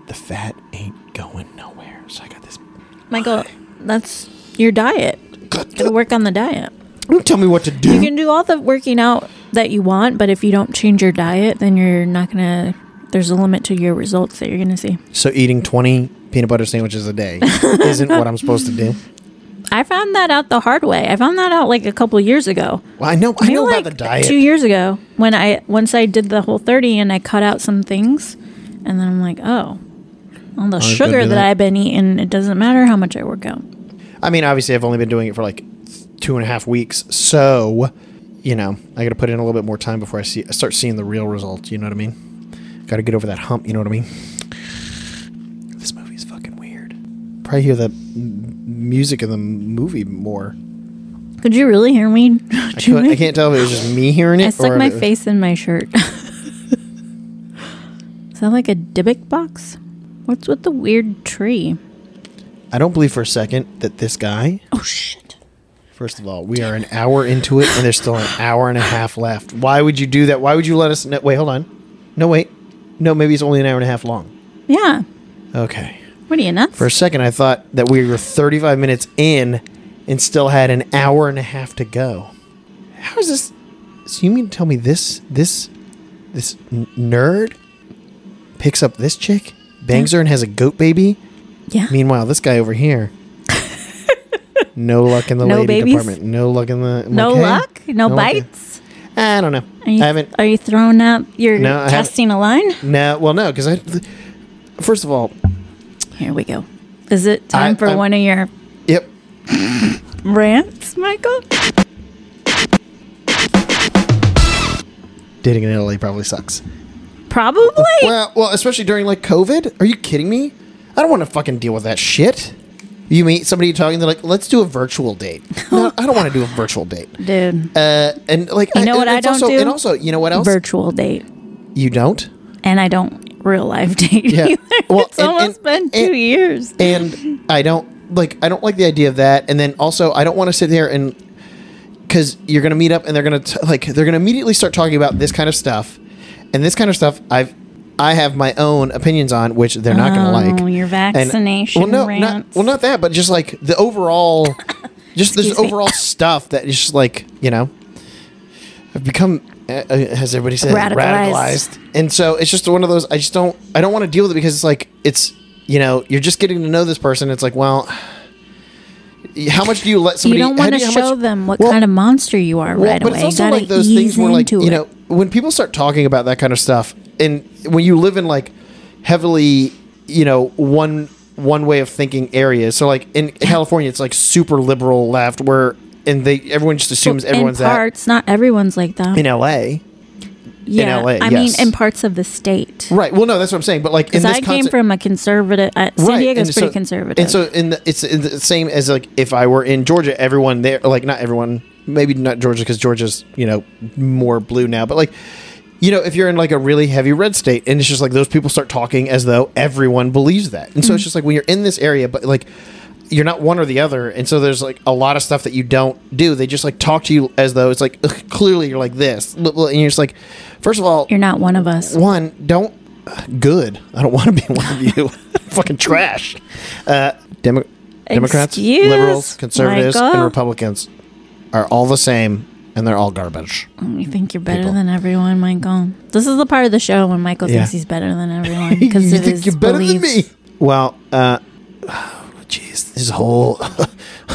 the fat ain't going nowhere. So I got this. Michael, that's your diet. Gotta work on the diet. Don't tell me what to do. You can do all the working out that you want, but if you don't change your diet, then you're not gonna. There's a limit to your results that you're gonna see. So eating 20 peanut butter sandwiches a day isn't what I'm supposed to do. I found that out the hard way. I found that out like a couple years ago. Well, I know I Maybe, know like about the diet. Two years ago, when I once I did the whole 30 and I cut out some things, and then I'm like, oh, all the gonna sugar do that. that. I've been eating, it doesn't matter how much I work out. I mean, obviously, I've only been doing it for like two and a half weeks, so you know, I got to put in a little bit more time before I see I start seeing the real results. You know what I mean? Got to get over that hump. You know what I mean? This movie's fucking weird. Probably hear the m- music in the movie more. Could you really hear me? I, could, I can't tell if it was just me hearing it. I stuck or my if it was- face in my shirt. Is that like a Dybbuk box? What's with the weird tree? I don't believe for a second that this guy Oh shit! First of all, we are an hour into it, and there's still an hour and a half left. Why would you do that? Why would you let us? No, wait, hold on. No, wait. No, maybe it's only an hour and a half long. Yeah. Okay. What are you nuts? For a second, I thought that we were 35 minutes in, and still had an hour and a half to go. How is this? So you mean to tell me this this this n- nerd picks up this chick, bangs her, and has a goat baby? yeah. Meanwhile, this guy over here. No luck in the No lady babies? department. No luck in the. no okay. luck. No, Okay. bites. I don't know. Are you, I haven't. Are you throwing up? You're No, I haven't. testing a line. No, well, no, because I. th- First of all, Here we go. Is it time I- for I'm- one of your yep. rants, Michael? Dating in Italy probably sucks. Probably. Well, well, especially during like COVID. Are you kidding me? I don't want to fucking deal with that shit. You meet somebody you're talking, they're like, "Let's do a virtual date." No, I don't want to do a virtual date. Dude, Uh, and like, You know and what I it's don't also, do? And also, you know what else? virtual date. you don't. And I don't real life date Yeah. either. Well, it's and- almost and- been and- two years. and I don't like I don't like the idea of that. And then also I don't want to sit there and because you're gonna meet up and they're gonna t- like they're gonna immediately start talking about this kind of stuff, and this kind of stuff I've I have my own opinions on which they're not gonna Oh, like. your And- vaccination well, no, rants. not well, not that, but just like the overall, just this Excuse me. overall stuff that is just like you know, I've become uh, uh, as everybody says Radicalized. radicalized, and so it's just one of those. I just don't, I don't want to deal with it because it's like it's you know you're just getting to know this person. It's like well, how much do you let you somebody? don't how want to do you- how show much- them what well, kind of monster you are well, right but away. it's also Gotta like those things ease where like into you it. know when people start talking about that kind of stuff and when you live in like heavily you know one one way of thinking areas so like in california it's like super liberal left where and they everyone just assumes everyone's in that parts, not everyone's like that. in la yeah, LA, I yes. mean, in parts of the state. right well no that's what i'm saying but like in Because this I came concept- from a conservative. Uh, San Right, Diego's and pretty so- conservative. And so in the, it's in the same as like if I were in Georgia, everyone there, like not everyone, maybe not Georgia because Georgia's you know more blue now, but like you know if you're in like a really heavy red state and it's just like those people start talking as though everyone believes that, and Mm-hmm. so it's just like when you're in this area, but like you're not one or the other, and so there's like a lot of stuff that you don't do. They just like talk to you as though it's like ugh, clearly you're like this, blah, blah, and you're just like, first of all, You're not one of us. one don't good i don't want to be one of you fucking trash uh Demo- democrats Excuse liberals conservatives and Michael. republicans are all the same and they're all garbage You think you're better people. than everyone, Michael. This is the part of the show when Michael Yeah. thinks he's better than everyone because of his beliefs. me well uh jeez this whole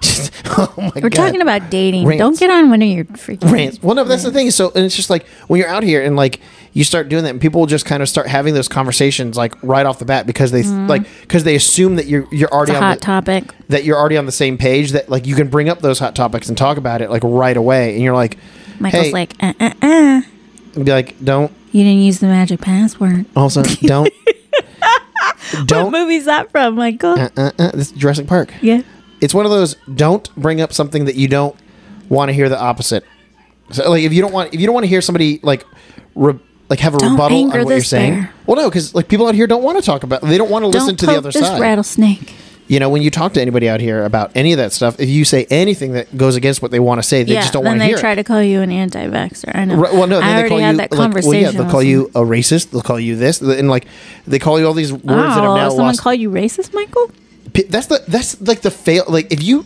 just, oh my We're god talking about dating. Rants. Don't get on when you're freaking. rants. Well, no, that's the thing. So, and it's just like when you're out here and like you start doing that, and people just kind of start having those conversations like right off the bat because they like because they assume that you're you're already Mm-hmm. It's a on hot the, topic. that you're already on the same page that like you can bring up those hot topics and talk about it like right away, and you're like, Michael's hey, like, uh, uh, uh. and be like, don't You didn't use the magic password. also don't What don't movie's that from, Michael? uh, uh, uh, this is Jurassic Park. yeah. It's one of those don't bring up something that you don't want to hear the opposite. So like if you don't want if you don't want to hear somebody like re- like have a Don't rebuttal on anger what you're this saying. bear. Well, no, because like people out here don't want to talk about. They don't want to listen Don't to poke the other this side. rattlesnake. You know, when you talk to anybody out here about any of that stuff, if you say anything that goes against what they want to say, they yeah. just don't then want to they hear. try it. to call you an anti-vaxxer. I know. Right, well, no, then I they already call had you that like, conversation. well, yeah, they'll with call you someone. a racist. They'll call you this, and like they call you all these words that Oh, have now someone lost. called you racist, Michael? P- that's the that's like the fail like if you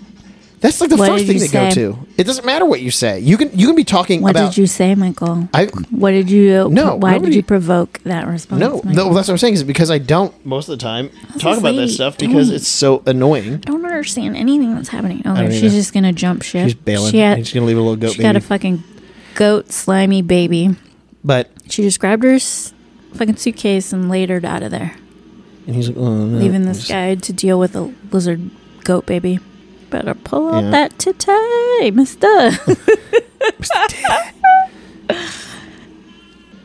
that's like the What first did thing you they go say? to it doesn't matter what you say you can you can be talking What about did you say, Michael? i what did you? No, Why did nobody- you provoke that response? no Michael? no that's what i'm saying is because i don't most of the time talk is about late. that stuff because Don't. it's so annoying I don't understand anything that's happening. Oh, don't she's either. just gonna jump ship. she's bailing She had, and she's gonna leave a little goat she got baby a fucking goat slimy baby. but She just grabbed her s- fucking suitcase and laid her out of there, and he's like oh, no. leaving Just- this guy to deal with a lizard goat baby. Better pull Yeah. out that today, Mister.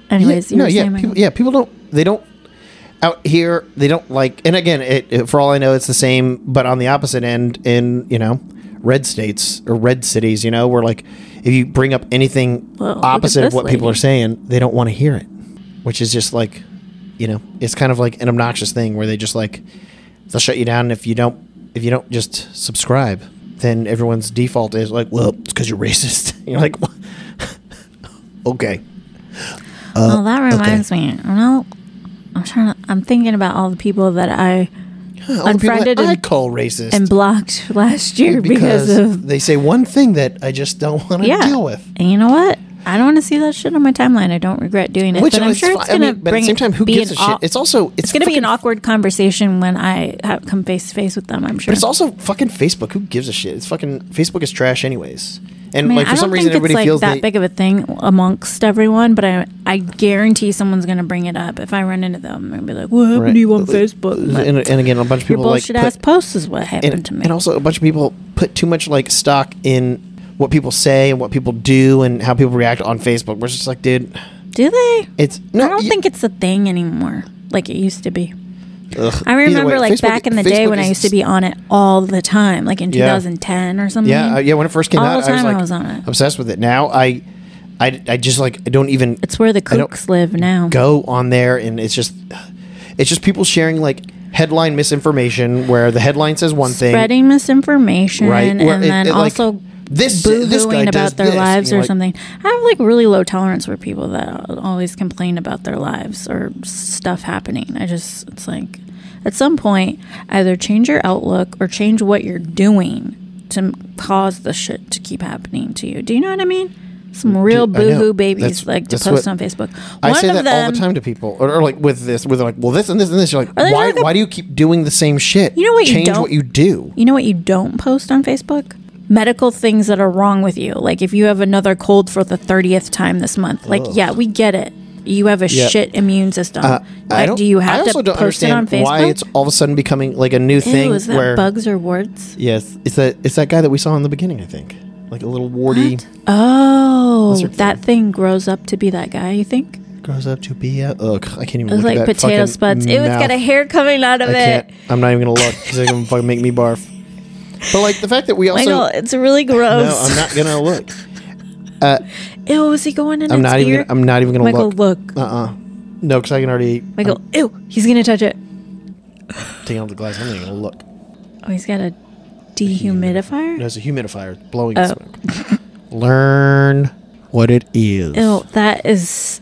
Anyways, you no were yeah saying, Michael. people, yeah people don't they don't out here they don't like and again it, it- for all i know it's the same but on the opposite end in you know red states or red cities you know where like if you bring up anything Whoa, look at opposite of this what people are lady. saying they don't want to hear it which is just like you know it's kind of like an obnoxious thing where they just like they'll shut you down if you don't if you don't just subscribe then everyone's default is like well it's because you're racist you're like okay Oh, well, Oh, that reminds me. You know, I'm trying to. I'm thinking about all the people that I All the people that Unfriended and- I call racist and blocked last year because, of. they say one thing that I just don't want to Yeah. deal with. And you know what? I don't want to see that shit on my timeline. I don't regret doing it, Which but I'm is sure fi- it's gonna I mean, but at bring. the same time, who be gives a an shit? au- it's also it's, It's gonna be an fucking- awkward conversation when I have come face to face with them. I'm sure. But it's also fucking Facebook. Who gives a shit? It's fucking Facebook is trash anyways. I And mean, like I for don't some reason, think everybody it's like feels that they, big of a thing amongst everyone, but I I guarantee someone's gonna bring it up if I run into them. I'm gonna be like, "What happened Right. to you on Facebook?" I'm like, And, and again, a bunch of Your people like bullshit ass put- post is what happened and, to me. and also a bunch of people put too much like stock in what people say and what people do and how people react on Facebook. We're just like, dude, Do they? it's no. I don't you- think it's a thing anymore, like it used to be. ugh. I Either remember way, like Facebook- back in the day Facebook when I is- used to be on it all the time, like in Yeah. 2010 or something. Yeah, uh, yeah. When it first came Mm-hmm. All out, the I was time I like um, was on it. obsessed with it. Now I, I, I just like I don't even It's where the don't kooks live now. go on there, and it's just, it's just people sharing like headline misinformation where the headline says one thing, Spreading misinformation right? and where it- then it, like, also this this guy boohooing does about their this, and lives you're or like, something. I have like really low tolerance for people that always complain about their lives or stuff happening. I just, it's like at some point, either change your outlook or change what you're doing to m- cause the shit to keep happening to you. Do you know what I mean? Some real Mm, I know. boo hoo babies That's- like to that's post what- on Facebook. I say that all the time to people, or, or, like with this, with like, well, this and this and this. You're like, there's, why? like, a- why do you keep doing the same shit? You know what you Change don't- what you do. You know what you don't post on Facebook? Medical things that are wrong with you. Like if you have another cold for the 30th time this month. Like, yeah, we get it. You have a Yeah. Uh, shit immune system. I Like, don't, do you I have also to don't post it on understand Facebook? why it's all of a sudden becoming like a new thing Ew, is that where bugs or warts? Yes, it's that it's that guy that we saw in the beginning. I think, like a little warty Oh, Lizard that thing. grows up to be that guy, you think? grows up to be a ugh. I can't even. It was look like at that potato fucking spuds. Ew, it's got mouth. a hair coming out of I it. can't. I'm not even gonna look because it's gonna fucking make me barf. But like the fact that we also Michael, it's really gross. No, I'm not gonna look. Uh, Ew, is he going in I'm its not even ear? I'm not even gonna Michael, look. look. Uh Uh-uh. uh No, because I can already Michael, ew, he's gonna touch it. Taking off the glass, I'm not even gonna look. Oh, he's got a dehumidifier. No, it's a humidifier blowing Oh. smoke. Learn what it is. Ew, that is.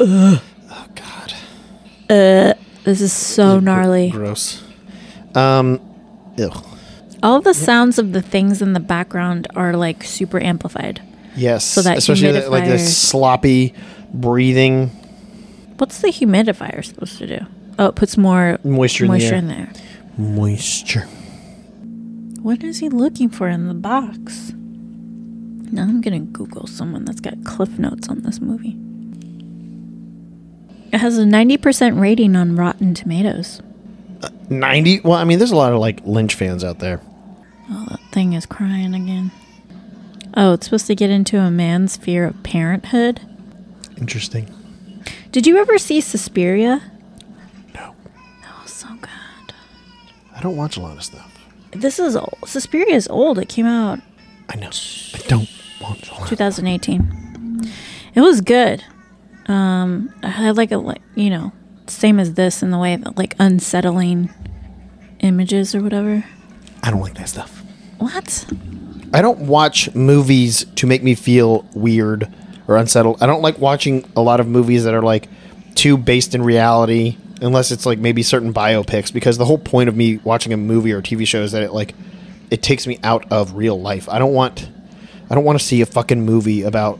Oh god. Uh, this is so gnarly. Gross. Um, ew. All the sounds of the things in the background are like super amplified. Yes. So that especially the, like humidifier- the sloppy breathing. What's the humidifier supposed to do? Oh, it puts more Moisture in the moisture air. in there. Moisture. What is he looking for in the box? Now I'm gonna Google someone that's got cliff notes on this movie. It has a 90% rating on Rotten Tomatoes. Ninety. Well, I mean, there's a lot of like Lynch fans out there. Oh, that thing is crying again. Oh, it's supposed to get into a man's fear of parenthood. Interesting. Did you ever see Suspiria? No, Oh, so good. I don't watch a lot of stuff. This is old. Suspiria is old. It came out I know. I don't watch a lot. 2018. It was good. Um, I had like a like you know same as this in the way that like unsettling images or whatever. I don't like that stuff. What? I don't watch movies to make me feel weird or unsettled. I don't like watching a lot of movies that are like too based in reality, unless it's like maybe certain biopics. Because the whole point of me watching a movie or TV show is that it like it takes me out of real life. I don't want I don't want to see a fucking movie about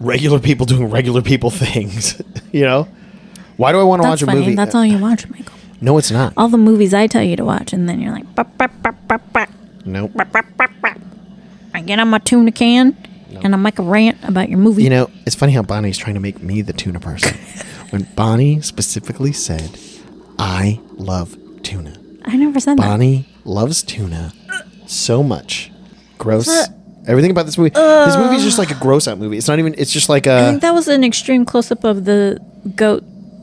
regular people doing regular people things. you know, why do I want to That's watch a funny. movie? That's all you watch, Michael. No, it's not. All the movies I tell you to watch, and then you're like, "Bop, bop, bop, bop, bop, Nope. bop, bop, bop, bop." I get on my tuna can, and I make a rant about your movie. You know, it's funny how Bonnie's trying to make me the tuna person. when Bonnie specifically said, I love tuna. I never said that. Bonnie loves tuna so much. Gross. Uh, Everything about this movie. this movie is just like a gross out movie. It's not even, it's just like I a. think that was an extreme close up of the goat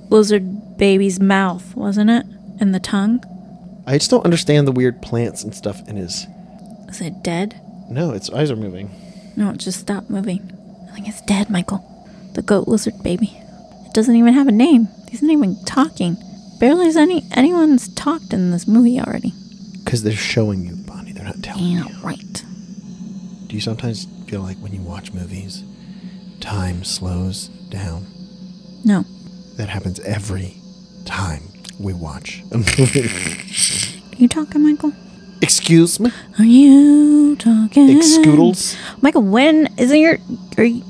lizard baby's mouth, wasn't it? And the tongue. I just don't understand the weird plants and stuff in his. Is it dead? No, its eyes are moving. No, it just stopped moving. I think it's dead, Michael. The goat lizard baby. It doesn't even have a name. He's not even talking. Barely has any anyone's talked in this movie already. Because they're showing you, Bonnie. They're not telling Yeah, you. right. Do you sometimes feel like when you watch movies, time slows down? No. That happens every time we watch a movie. you talking, Michael? Excuse me? Are you talking? Excoodles? Michael, when isn't your are you,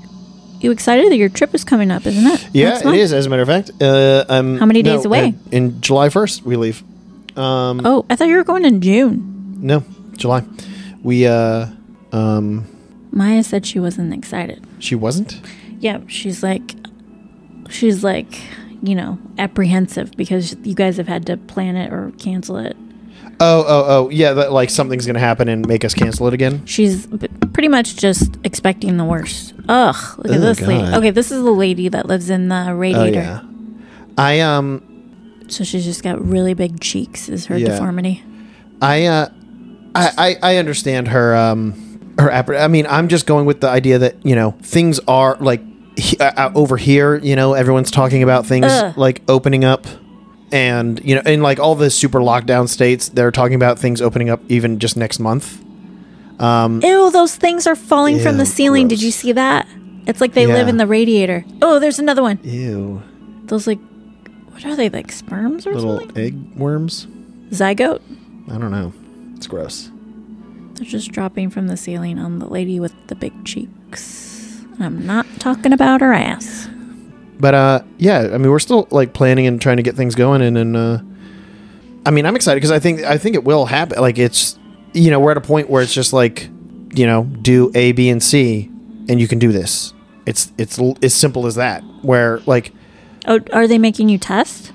you excited that your trip is coming up, isn't it? Yeah, Next it month? is, as a matter of fact. Uh, I'm, How many days away? uh, in July 1st, we leave. Um, Oh, I thought you were going in June. No, July. We, uh, um, Maya said she wasn't excited. she wasn't? Yeah, she's like, she's like, you know, apprehensive because you guys have had to plan it or cancel it. Oh, oh, oh, yeah, that, like something's going to happen and make us cancel it again. She's b- pretty much just expecting the worst. Ugh, look Oh, at this lady. God. Okay, this is the lady that lives in the Oh, radiator. yeah. I, um, So she's just got really big cheeks, is her Yeah. deformity. I, uh, I, I, I understand her, um, her, appre- I mean, I'm just going with the idea that, you know, things are like he- uh, uh, over here, you know, everyone's talking about things Ugh. like opening up. And you know, in like all the super lockdown states, they're talking about things opening up even just next month. Um, Ew, those things are falling from the Ew, ceiling. Did gross. you see that? It's like they live Yeah. in the radiator. Oh, there's another one. Ew. Those like, what are they like sperms or Little something? egg worms? Zygote. I don't know. It's gross. They're just dropping from the ceiling on the lady with the big cheeks. I'm not talking about her ass. But uh yeah, I mean we're still like planning and trying to get things going and and uh I mean I'm excited because I think I think it will happen. Like it's you know, we're at a point where it's just like, you know, do A, B, and C and you can do this. It's it's l- as simple as that. Where like Oh, are they making you test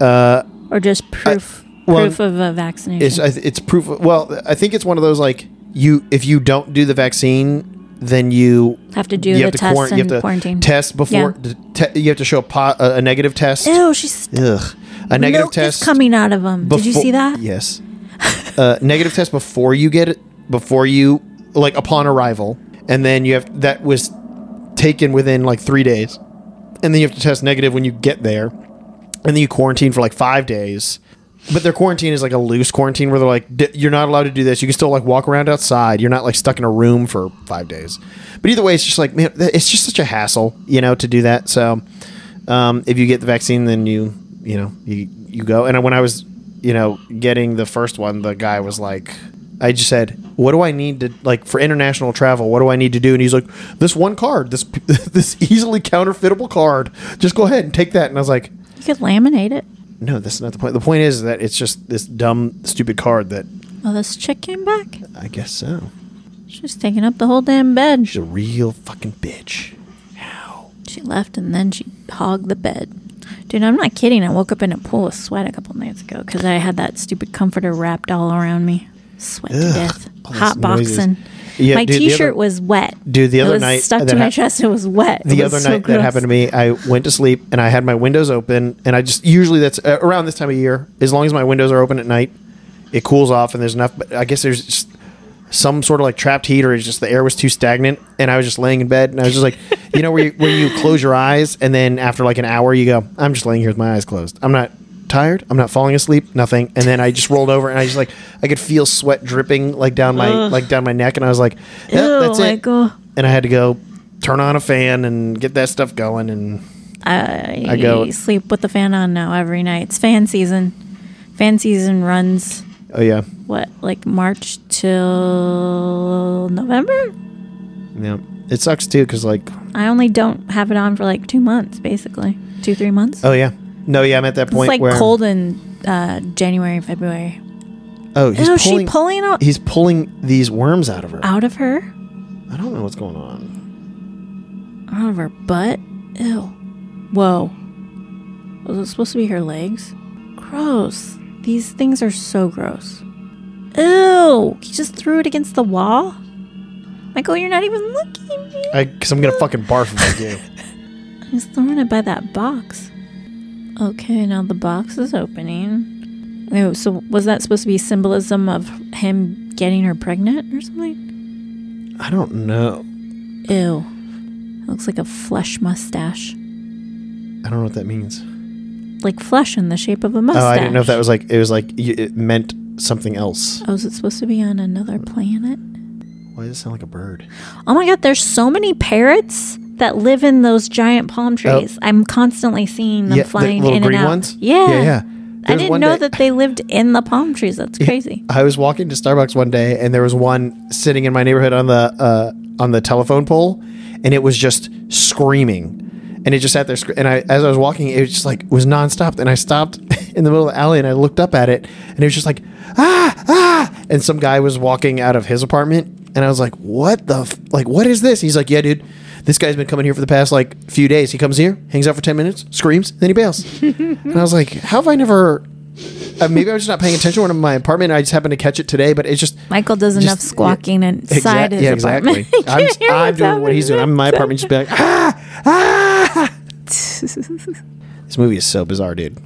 uh or just proof well, proof of a vaccination? it's I th- it's proof well, I think it's one of those like you if you don't do the vaccine, then you have to do you the have to, test quarant- you and have to quarantine. test before te- you have to show a, po- a, a negative test. Ew, she's Ugh. A negative milk test is coming out of them. Did you befo- see that? Yes. uh, negative test before you get it before you like upon arrival, and then you have that was taken within like three days, and then you have to test negative when you get there, and then you quarantine for like five days. But their quarantine is like a loose quarantine where they're like, D- you're not allowed to do this. You can still like walk around outside. You're not like stuck in a room for five days. But either way, it's just like man, th- it's just such a hassle, you know, to do that. So um, if you get the vaccine, then you you know you you go. And when I was you know getting the first one, the guy was like, I just said, what do I need to like for international travel? What do I need to do? And he's like, this one card, this this easily counterfeitable card. Just go ahead and take that. And I was like. You could laminate it. No, that's not the point. The point is that it's just this dumb, stupid card that Oh, this chick came back. I guess so. She's taking up the whole damn bed. She's a real fucking bitch. How? She left and then she hogged the bed. Dude, I'm not kidding. I woke up in a pool of sweat a couple nights ago because I had that stupid comforter wrapped all around me. Sweat to Ugh, death. all those Hot boxing. noises. Yeah, my dude, the other- t-shirt was wet. Dude, the It other was night stuck that to my hap- chest. It was wet. The other night that happened to me, I went to sleep and I had my windows open, and I just usually that's uh, around this time of year. As long as my windows are open at night, it cools off and there's enough. But I guess there's just some sort of like trapped heat, or it's just the air was too stagnant, and I was just laying in bed, and I was just like, you know, where you, where you close your eyes, and then after like an hour, you go, I'm just laying here with my eyes closed. I'm not tired. I'm not falling asleep. Nothing. And then I just rolled over, and I just like I could feel sweat dripping like down my like down my neck, and I was like, "Yep, Ew, that's it Michael. and I had to go turn on a fan and get that stuff going. And I, I go- sleep with the fan on now every night. It's fan season. Fan season runs oh yeah, what like March till November. yeah, it sucks too because like I only don't have it on for like two months, basically two three months. oh yeah, no yeah, I'm at that it's point like where cold in uh, January, February. Oh, he's oh, pulling, she pulling out he's pulling these worms out of her. out of her, I don't know what's going on. out of her butt. Ew. Whoa. Was it supposed to be her legs? Gross. These things are so gross. Ew. He just threw it against the wall. Michael, you're not even looking. dude. I because I'm gonna fucking barf if I do. He's throwing it by that box. Okay, now the box is opening. Oh, so was that supposed to be symbolism of him getting her pregnant or something? I don't know. Ew. Looks like a flesh mustache. I don't know what that means. Like flesh in the shape of a mustache. Oh, I didn't know if that was like it was like y- it meant something else. Oh, is it supposed to be on another planet? Why does it sound like a bird? Oh my god, there's so many parrots that live in those giant palm trees. I'm constantly seeing them Oh. Yeah, the flying little in and green out. ones? Yeah. Yeah, yeah. I There's didn't one know day- that they lived in the palm trees. That's crazy. I was walking to Starbucks one day, and there was one sitting in my neighborhood on the uh, on the telephone pole, and it was just screaming, and it just sat there. Sc- and I, as I was walking, it was just like was nonstop. And I stopped in the middle of the alley, and I looked up at it, and it was just like ah ah. And some guy was walking out of his apartment, and I was like, "What the f- like? What is this?" He's like, "Yeah, dude." This guy's been coming here for the past like few days. He comes here, hangs out for ten minutes, screams, then he bails. and I was like, "How have I never uh, maybe I was just not paying attention when I'm in my apartment. I just happened to catch it today, but it's just Michael does enough Just- squawking Exa- inside his apartment. He can't I'm, hear I'm what's doing what he's doing. I'm in my apartment, just be like, ah, ah. happening. This movie is so bizarre, dude.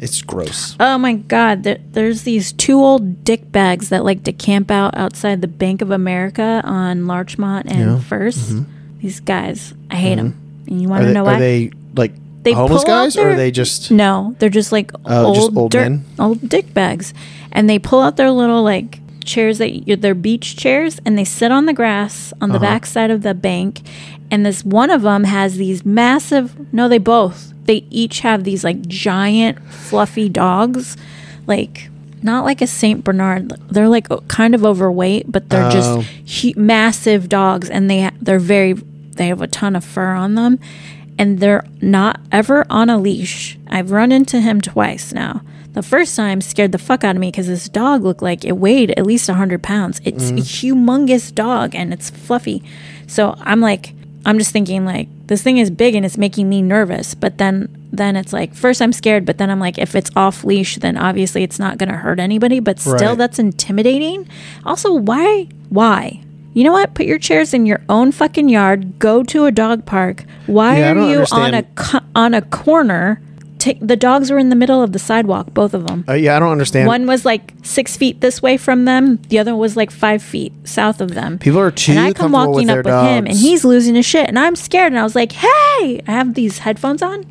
It's gross. oh my god, there, there's these two old dick bags that like to camp out outside the Bank of America on Larchmont and Yeah. Mm-hmm. 1st These guys, I hate them. And you want Are to they, know why? are they like They homeless pull out guys, or are their- they just? No, they're just like Oh, old, just old dirt, men? old dick bags, and they pull out their little like chairs that y- their beach chairs, and they sit on the grass on Uh-huh. the back side of the bank. And this one of them has these massive. No, they both. They each have these like giant fluffy dogs, like not like a Saint Bernard. They're like o- kind of overweight, but they're Oh. just hu massive dogs, and they ha- they're very they have a ton of fur on them, and they're not ever on a leash. I've run into him twice now. The first time scared the fuck out of me because this dog looked like it weighed at least 100 pounds. It's a humongous dog and it's fluffy. So I'm like, I'm just thinking like this thing is big and it's making me nervous. But then then it's like first I'm scared, but then I'm like if it's off leash, then obviously it's not going to hurt anybody. But still, Right. that's intimidating. Also, why why? You know what? Put your chairs in your own fucking yard. Go to a dog park. Why Yeah, I are don't you on a understand. co- on a corner ta- the dogs were in the middle of the sidewalk, both of them. Uh, yeah, I don't understand. One was like six feet this way from them. The other was like five feet south of them. People are too and I come comfortable walking with up their with him, and dogs. he's losing his shit, and I'm scared. And I was like, "Hey!" I have these headphones on.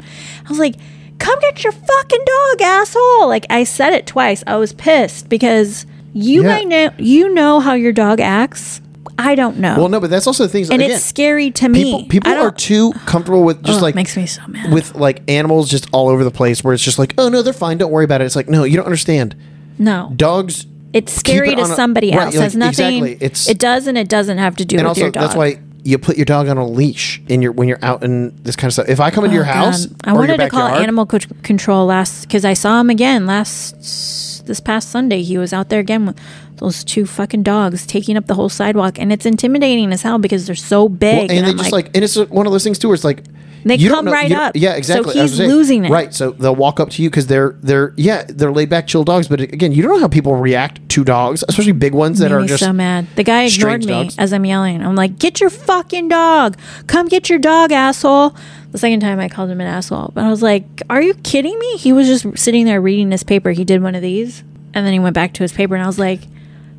I was like, "Come get your fucking dog, asshole!" Like I said it twice. I was pissed because you Yeah. might know you know how your dog acts. I don't know, well, no, but that's also the things. and again, it's scary to people me. people I are don't- too comfortable with just Ugh, like makes me so mad. with like animals just all over the place where it's just like oh no they're fine don't worry about it it's like no you don't understand no dogs It's keep scary it to on a- somebody right, else. like, Has nothing. exactly. It's- it does and it doesn't have to do and with also your dog. that's why you put your dog on a leash in your when you're out in this kind of stuff if I come into your Oh, house God. I or wanted your to call backyard, animal co- control last because I saw him again last this past Sunday. He was out there again with those two fucking dogs taking up the whole sidewalk, and it's intimidating as hell because they're so big. Well, and, they I'm just like, and it's one of those things too where it's like They you don't come know- right you don't- up. yeah So exactly I he's was saying, losing it. right so they'll walk up to you because they're they're yeah they're laid back chill dogs but again you don't know how people react to dogs especially big ones that made are me just so mad. The guy ignored strange me dogs. as I'm yelling. I'm like, "Get your fucking dog! Come get your dog, asshole!" The second time I called him an asshole, but I was like, "Are you kidding me?" He was just sitting there reading his paper. He did one of these, and then he went back to his paper, and I was like,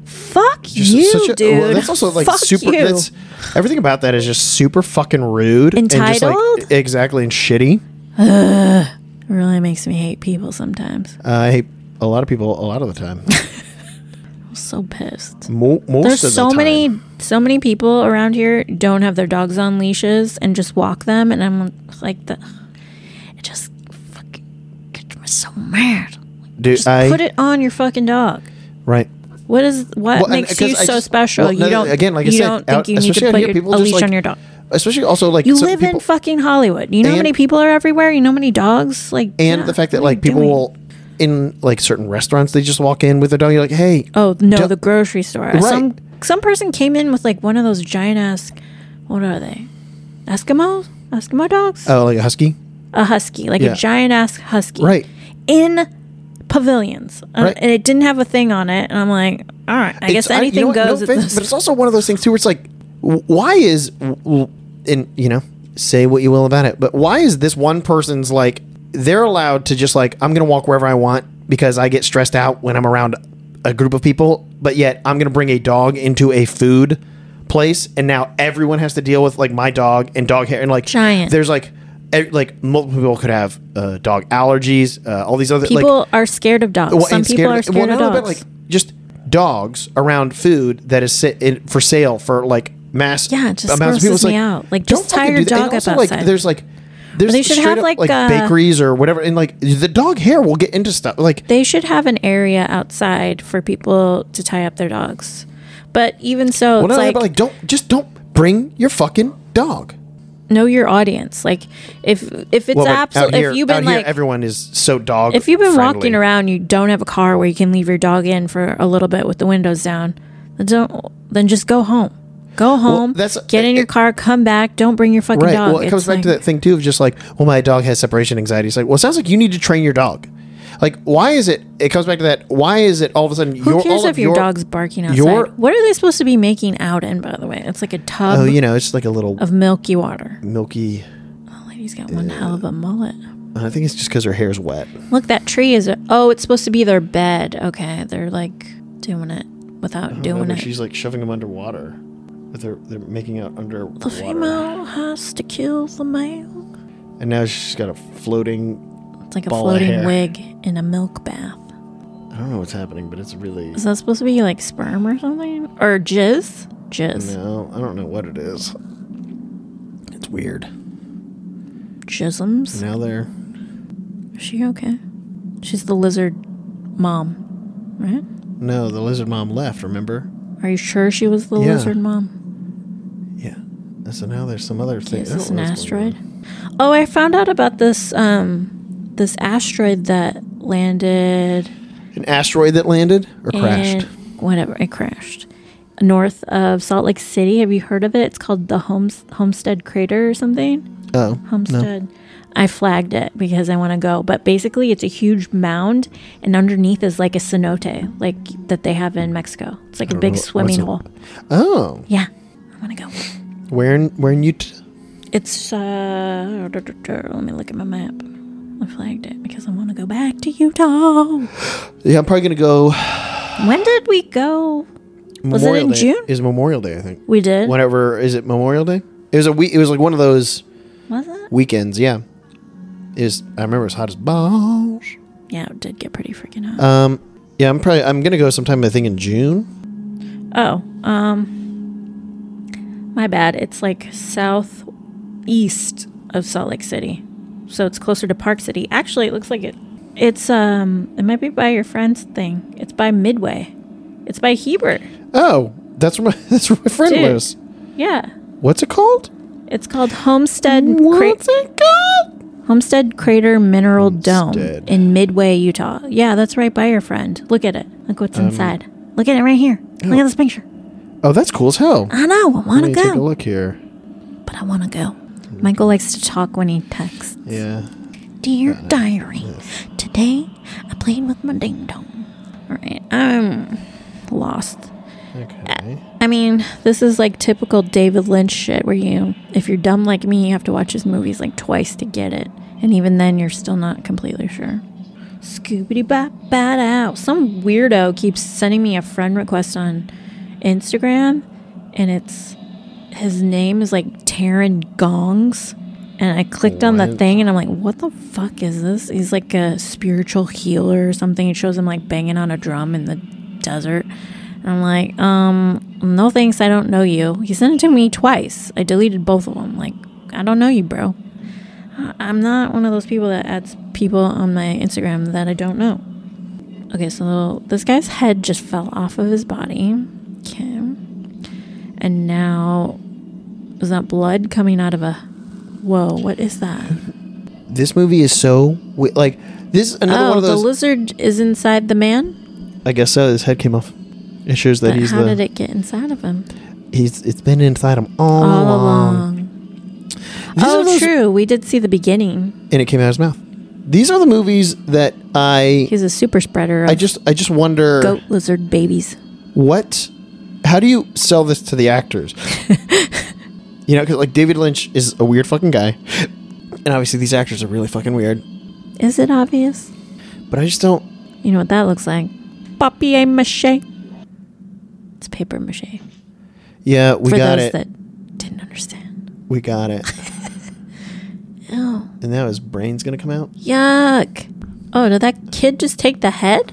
"Fuck Just you, such a- dude!" well, that's also like Fuck super. you. That's everything about that is just super fucking rude, and just Entitled? like, exactly, and shitty. It really makes me hate people sometimes. Uh, I hate a lot of people a lot of the time. I'm so pissed. Mo- most There's of the so time. many, so many people around here don't have their dogs on leashes and just walk them, and I'm like, the, it just fucking gets me so mad. Dude, Just I put it on your fucking dog. right. What is what Well, and- makes you 'cause I so just- special? well, you no, don't again, like I you said, don't out- think you need to especially out put here, your, people a just, leash like, on your dog. Especially also like You some live in people- fucking Hollywood. You know how And- many people are everywhere. You know how many dogs like and yeah, the fact that what are you like people doing? will in like certain restaurants they just walk in with their dog. You're like, hey, Oh no, Don't- the grocery store. Right. Some some person came in with like one of those giant ass. What are they? Eskimo Eskimo dogs? oh, like a husky, a husky, like yeah. a giant ass husky, right? In pavilions, Uh, Right. and it didn't have a thing on it. And I'm like, all right, I guess It's- uh, you anything know what, no goes. at offense, this but it's also one of those things too where it's like, w- why is, w- w- and you know, say what you will about it, but why is this one person's like they're allowed to just like I'm gonna walk wherever I want because I get stressed out when I'm around a group of people, but yet I'm gonna bring a dog into a food place and now everyone has to deal with like my dog and dog hair and like Giant. There's like. e- Like multiple people could have uh, dog allergies, uh, all these other like, people are scared of dogs. well, Some and people scared are of- scared well, no, of dogs. no, But like just dogs around food that is sit in, for sale for like mass Yeah, it just amounts of people. grosses It's me like, out. Like, don't just fucking tie your do that. And dog up also, Like, outside. there's like there's they should straight have, up, like, like, uh, bakeries or whatever, and like the dog hair will get into stuff. Like they should have an area outside for people to tie up their dogs. But even so, well, it's no, no, like, but like don't just don't bring your fucking dog. know your audience. Like if if it's Well, but out absolutely here, if you've been out here, like everyone is so dog. if you've been walking friendly. around, you don't have a car where you can leave your dog in for a little bit with the windows down. Then don't then just go home. Go home. that's- get in your it- car. Come back. Don't bring your fucking Right. dog. Well, it comes It's back to like- that thing too of just like, well, my dog has separation anxiety. It's like, well, it sounds like you need to train your dog. Like, why is it? It comes back to that. Why is it all of a sudden? Who cares all if of your, dog's barking outside? your- what are they supposed to be making out in? By the way, it's like a tub Oh, you know, it's like a little of milky water. milky. The lady's got one hell Uh. of a mullet. I think it's just because her hair's wet. Look, that tree is. A, oh, it's supposed to be their bed. Okay, they're like doing it without doing Oh, Remember, it. she's like shoving them underwater. But they're they're making out under the female has to kill the male. and now she's got a floating. It's like a Ball of floating hair. wig in a milk bath. I don't know what's happening, but it's really. Is that supposed to be like sperm or something? Or jizz? Jizz. No, I don't know what it is. It's weird. Jisms? Now they're Is she okay? She's the lizard mom, right? no, the lizard mom left. Remember? Are you sure she was the Yeah. lizard mom? Yeah. And So now there's some other thing. Is I don't this know an what's going on. asteroid? Oh, I found out about this um this asteroid that landed An asteroid that landed or crashed? in- whatever, it crashed. North of Salt Lake City. Have you heard of it? It's called the Homes- Homestead Crater or something. Oh. Homestead. I flagged it because I want to go, but basically it's a huge mound, and underneath is like a cenote, like that they have in Mexico. It's like a big know. swimming hole. What's Oh. Yeah, I want to go. Where in where in Utah? It's uh, let me look at my map. I flagged it because I want to go back to Utah. Yeah, I'm probably gonna go. When did we go? Was it Memorial in Day June? Is Memorial Day? I think. We did. Whenever is it Memorial Day? It was a week. It was like one of those was it? weekends. Yeah. Is I remember it was hot as balls. Yeah, it did get pretty freaking hot. Um. Yeah, I'm probably I'm gonna go sometime. I think in June. oh, um, my bad. It's like southeast of Salt Lake City, so it's closer to Park City. Actually, it looks like it. It's um, it might be by your friend's thing. It's by Midway. It's by Heber. Oh, that's where my, that's where my friend Dude. lives. Yeah, What's it called? it's called Homestead. Cra- What's it called? Homestead Crater Mineral Dome Homestead. in Midway, Utah. Yeah, that's right by your friend. Look at it. Look what's Um, inside. Look at it right here. Look at this picture. Oh, that's cool as hell. I know. I want Let to me take a go, look here. but I want to go. Michael likes to talk when he texts. Yeah. Dear diary, today I played with my ding dong. All right, I'm lost. Okay. I mean, this is like typical David Lynch shit where you, if you're dumb like me, you have to watch his movies like twice to get it. And even then, you're still not completely sure. Scoobity bop bat out. Some weirdo keeps sending me a friend request on Instagram, and it's his name is like Taryn Gongs. And I clicked on the What? thing and I'm like, what the fuck is this? He's like a spiritual healer or something. It shows him like banging on a drum in the desert. And I'm like, um, no thanks. I don't know you. He sent it to me twice. I deleted both of them. Like, I don't know you, bro. I- I'm not one of those people that adds people on my Instagram that I don't know. Okay, so this guy's head just fell off of his body. Okay. And now, is that blood coming out of a. Whoa, what is that? This movie is so we- like this is another Oh, one of the those. lizard is inside the man? I guess so. His head came off. It shows that But he's how the did it get inside of him? he's it's been inside him all, All along. along. Oh, um, These oh, are those- true. We did see the beginning. and it came out of his mouth. These are the movies that I He's a super spreader of I just I just wonder goat lizard babies. what how do you sell this to the actors? you know, because like David Lynch is a weird fucking guy, and obviously these actors are really fucking weird. Is it obvious? But I just don't. You know what that looks like? Papier mache. It's paper mache. Yeah, we For got those it. that didn't understand. we got it. Oh, and now his brain's gonna come out. yuck. Oh, did that kid just take the head?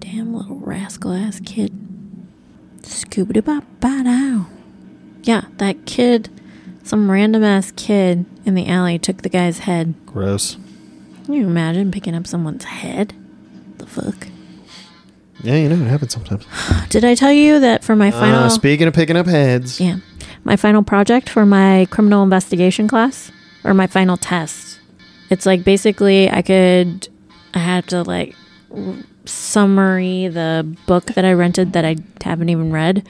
Damn little rascal ass kid. Scooby bop ba dow. Yeah, that kid, some random ass kid in the alley took the guy's head. Gross. Can you imagine picking up someone's head? The fuck? Yeah, you know it happens sometimes. Did I tell you that for my final. Uh, speaking of picking up heads, Yeah. My final project for my criminal investigation class or my final test. It's like basically I could I had to like r- summary the book that I rented that I haven't even read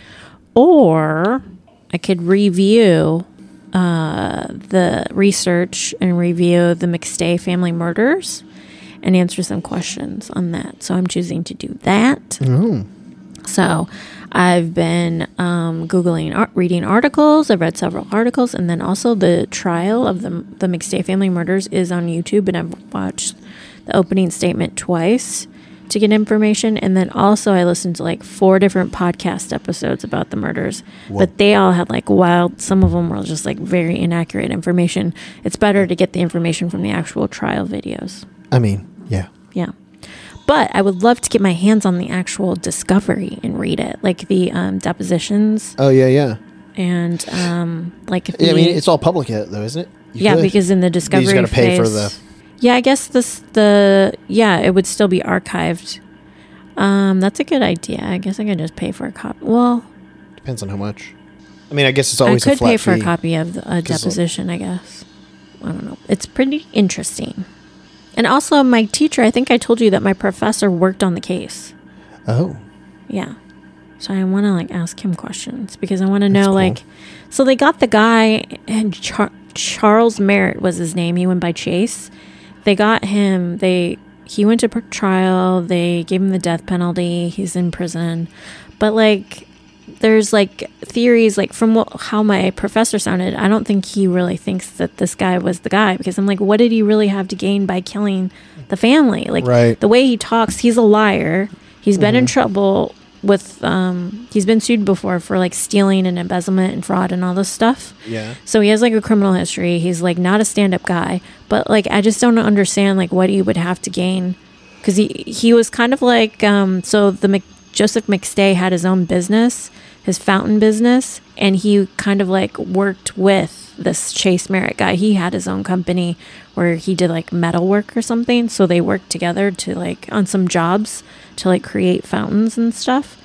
or I could review uh, the research and review the McStay family murders and answer some questions on that. So I'm choosing to do that. So I've been um, Googling, ar- reading articles. I've read several articles. And then also the trial of the, the McStay family murders is on YouTube. And I've watched the opening statement twice to get information. And then also I listened to like four different podcast episodes about the murders. But they all had like wild, some of them were just like very inaccurate information. It's better to get the information from the actual trial videos. I mean, yeah. Yeah. But I would love to get my hands on the actual discovery and read it, like the um, depositions Oh yeah, yeah. and um, like if Yeah, I the- mean, it's all public yet, though, isn't it? You yeah, could. because in the discovery gotta pay for phase- the- yeah, I guess this the yeah it would still be archived. Um, that's a good idea. I guess I can just pay for a copy. Well, depends on how much. I mean, I guess it's I always a could flat pay for a fee. copy of the, a like- deposition. I guess I don't know. It's pretty interesting. And also, my teacher. I think I told you that my professor worked on the case. Oh, Yeah. So I want to like ask him questions because I want to know cool. like so they got the guy and Char- Charles Merritt was his name. He went by Chase. They got him. They he went to pr- trial. They gave him the death penalty. He's in prison. But like there's like theories like from what, how my professor sounded i don't think he really thinks that this guy was the guy because i'm like what did he really have to gain by killing the family like Right. the way he talks he's a liar he's been in trouble with um he's been sued before for like stealing and embezzlement and fraud and all this stuff Yeah. so he has like a criminal history he's like not a stand-up guy but like i just don't understand like what he would have to gain because he he was kind of like um so the Mc, joseph mcstay had his own business his fountain business and he kind of like worked with this chase merritt guy he had his own company where he did like metal work or something so they worked together to like on some jobs to like create fountains and stuff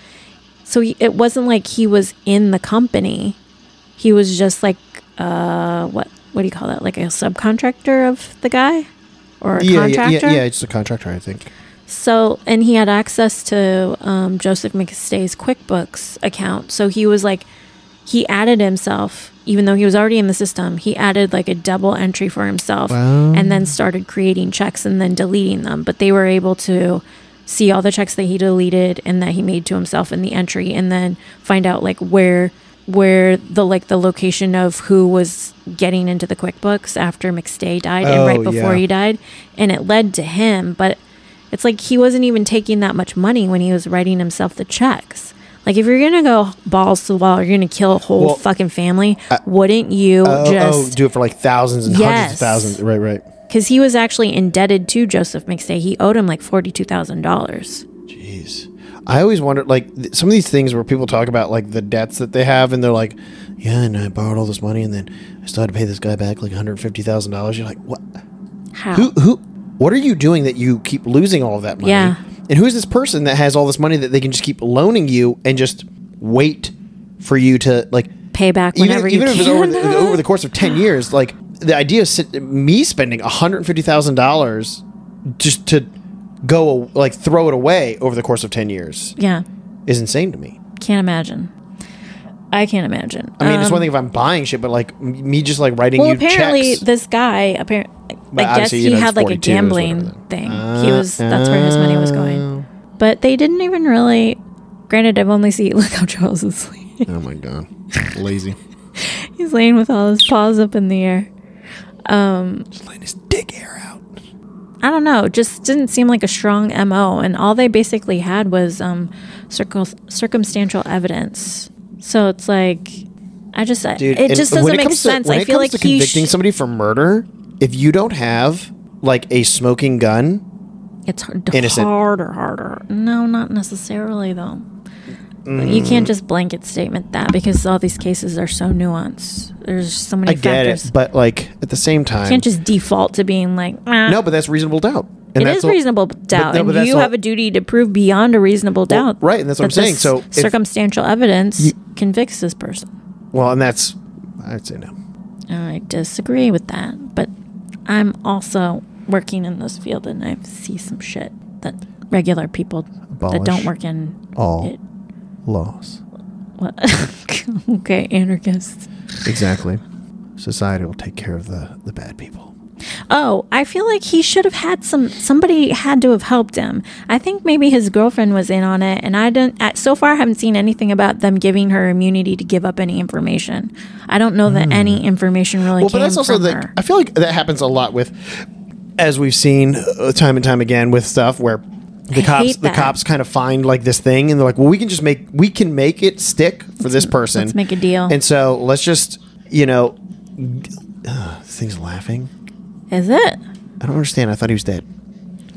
so he, it wasn't like he was in the company he was just like uh what what do you call that like a subcontractor of the guy or a Yeah, yeah, contractor yeah, yeah, it's a contractor, I think. so, and he had access to um, Joseph McStay's QuickBooks account. So he was like, he added himself, even though he was already in the system, he added like a double entry for himself Wow. and then started creating checks and then deleting them. But they were able to see all the checks that he deleted and that he made to himself in the entry and then find out like where where the like the location of who was getting into the QuickBooks after McStay died and Oh, right before yeah. he died and it led to him but it's like he wasn't even taking that much money when he was writing himself the checks. Like if you're gonna go balls to the wall, you're gonna kill a whole Well, fucking family. wouldn't you Oh, oh, just? do it for like thousands and hundreds Yes. of thousands. Right, right. Because he was actually indebted to Joseph McStay. He owed him like forty two thousand dollars. Jeez. I always wonder, like, th- some of these things where people talk about, like, the debts that they have, and they're like, yeah, and I borrowed all this money, and then I still had to pay this guy back, like, $150,000. You're like, what? How? Who, who, what are you doing that you keep losing all of that money? Yeah. And who's this person that has all this money that they can just keep loaning you and just wait for you to, like, Pay back even, whenever if- you even can. if it's over the, over the course of 10 years like the idea of sit, me spending $150000 just to go a- like throw it away over the course of 10 years yeah, is insane to me can't imagine. I can't imagine. i mean it's one thing if i'm buying shit but like m- me just like writing Um, Well, you apparently checks this guy, apparently, But I guess obviously, you he know, it's had like a 42 is whatever gambling then. thing. he was that's where his money was Uh, going. But they didn't even really. Granted, I've only seen. Look how Charles is laying. oh my god lazy He's laying with all his paws up in the air. letting his dick air out I don't know. Just didn't seem like a strong mo, and all they basically had was um, circum- circumstantial evidence. So it's like, I just, I- dude it and just doesn't when make comes to- sense. when I it feel comes like to he convicting sh- somebody for murder if you don't have like a smoking gun It's hard, Innocent. harder, harder. No, not necessarily though. You Mm. can't just blanket statement that because all these cases are so nuanced. There's so many i get factors. it but like at the same time you can't just default to being like, "Ah, No, but that's reasonable doubt. And it that's is all- reasonable doubt, no, but and that's you all- have a duty to prove beyond a reasonable doubt, right, and that's what I'm that saying. this So if- circumstantial evidence convicts this person. Well, and that's I'd say no. I disagree with that, but I'm also working in this field, and I see some shit that regular people that don't Abolish work in all. it Laws. What? okay, anarchists. Exactly. Society will take care of the the bad people. Oh, I feel like he should have had some. Somebody had to have helped him. I think maybe his girlfriend was in on it, and I didn't. I, so far, I haven't seen anything about them giving her immunity to give up any information. I don't know that any information really Hmm. Well, came but that's also from the her. I feel like that happens a lot with as we've seen uh, time and time again with stuff where the I cops hate the that. cops kind of find like this thing and they're like, "Well, we can just make we can make it stick for this person." let's make a deal. And so, let's just, you know, uh, this thing's laughing. Is it? I don't understand. I thought he was dead.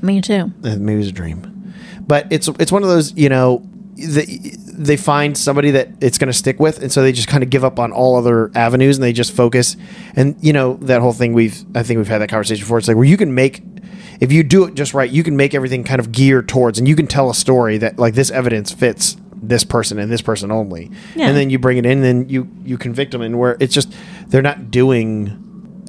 Me too. Uh, maybe it was a dream, but it's it's one of those you know the, they find somebody that it's going to stick with, and so they just kind of give up on all other avenues and they just focus. And you know that whole thing we've I think we've had that conversation before. It's like where you can make if you do it just right, you can make everything kind of geared towards, and you can tell a story that like this evidence fits this person and this person only, Yeah. and then you bring it in, and then you you convict them, and where it's just they're not doing.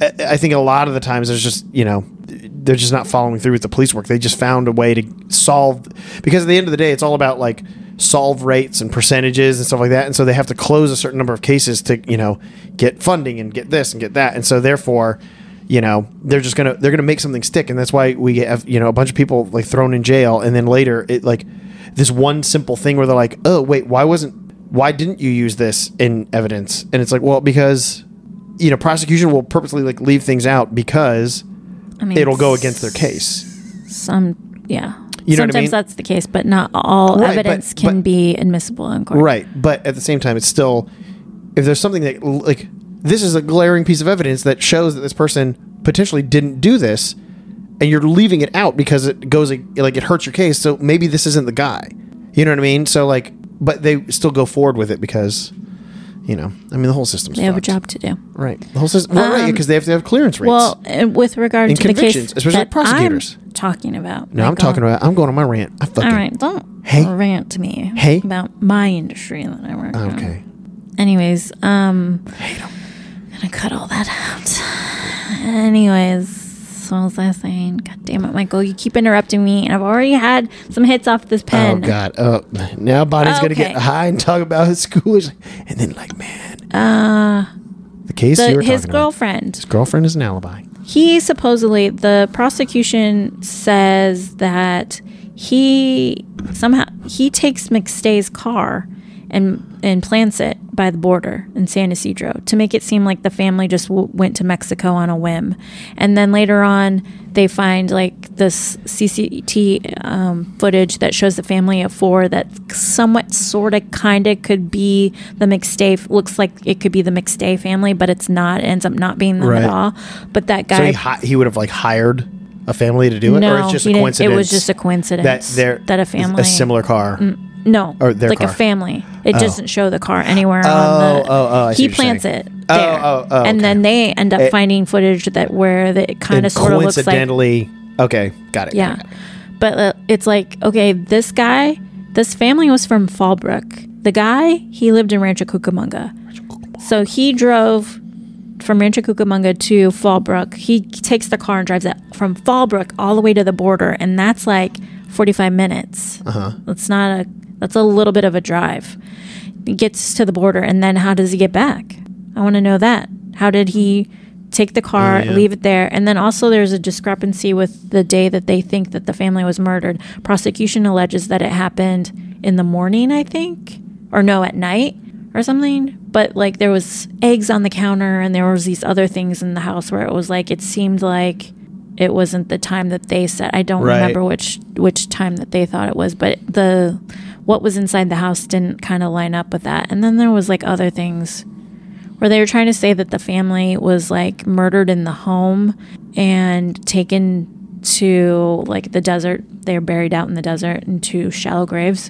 I I think a lot of the times there's just you know they're just not following through with the police work. They just found a way to solve because at the end of the day it's all about like solve rates and percentages and stuff like that. And so they have to close a certain number of cases to you know get funding and get this and get that. And so therefore you know they're just gonna they're gonna make something stick. And that's why we have you know a bunch of people like thrown in jail and then later it like this one simple thing where they're like oh wait why wasn't why didn't you use this in evidence? And it's like, well, because you know, prosecution will purposely like leave things out because I mean, it'll go against their case. Some, yeah. You know what I Sometimes mean? that's the case, but not all Right, but- evidence can but- be admissible in court. Right, but at the same time, it's still if there's something that like this is a glaring piece of evidence that shows that this person potentially didn't do this, and you're leaving it out because it goes like it hurts your case. So maybe this isn't the guy. You know what I mean? So like, but they still go forward with it because, you know, I mean, the whole system's They have a fucked. job to do. right? The whole system, well, right? Um, Because they have to have clearance rates. Well, uh, with regard In to the case convictions, especially that prosecutors. I'm talking about. uh, no, I'm Michael. talking about. I'm going on my rant. I fucking All right, don't Hey. rant to me Hey. about my industry that I work in. okay. Anyways, um, gonna cut all that out. Anyways, what was I saying? God damn it, Michael, you keep interrupting me, and I've already had some hits off this Oh pen. God! Oh, now Bonnie's gonna get Okay. high and talk about his school, and then like, man, Uh, the case the, you were his talking about. girlfriend. His girlfriend is an alibi. He supposedly, the prosecution says that he somehow he takes McStay's car and and plants it by the border in San Isidro to make it seem like the family just w- went to Mexico on a whim, and then later on they find like this CCT um, footage that shows the family of four that somewhat sort of kind of could be the McStay looks like it could be the McStay family, but it's not. It ends up not being them Right. at all. But that guy So he hi- he would have like hired a family to do it, or no, it's just he a didn't- coincidence. It was just a that coincidence they're that a family Mm, a similar car. no or their like car. a family. It doesn't show the car anywhere. on the, oh, oh, I see he what you're plants saying. it. There. oh, oh, and okay. then they end up finding footage that where the, it kind And of sort of looks like coincidentally, okay, got it. yeah, got it. but uh, it's like okay, this guy, this family was from Fallbrook. The guy he lived in Rancho Cucamonga, so he drove from Rancho Cucamonga to Fallbrook. He takes the car and drives it from Fallbrook all the way to the border, and that's like 45 minutes. Uh-huh. That's not a that's a little bit of a drive. He gets to the border, and then how does he get back? I want to know that. How did he take the car, leave it there, and then also there's a discrepancy with the day that they think that the family was murdered. Prosecution alleges that it happened in the morning, I think, or no, at night or something. But like there was eggs on the counter and there was these other things in the house where it was like it seemed like it wasn't the time that they said. I don't Right. remember which which time that they thought it was, but the what was inside the house didn't kind of line up with that. And then there was like other things where they were trying to say that the family was like murdered in the home and taken to like the desert. They're buried out in the desert into shallow graves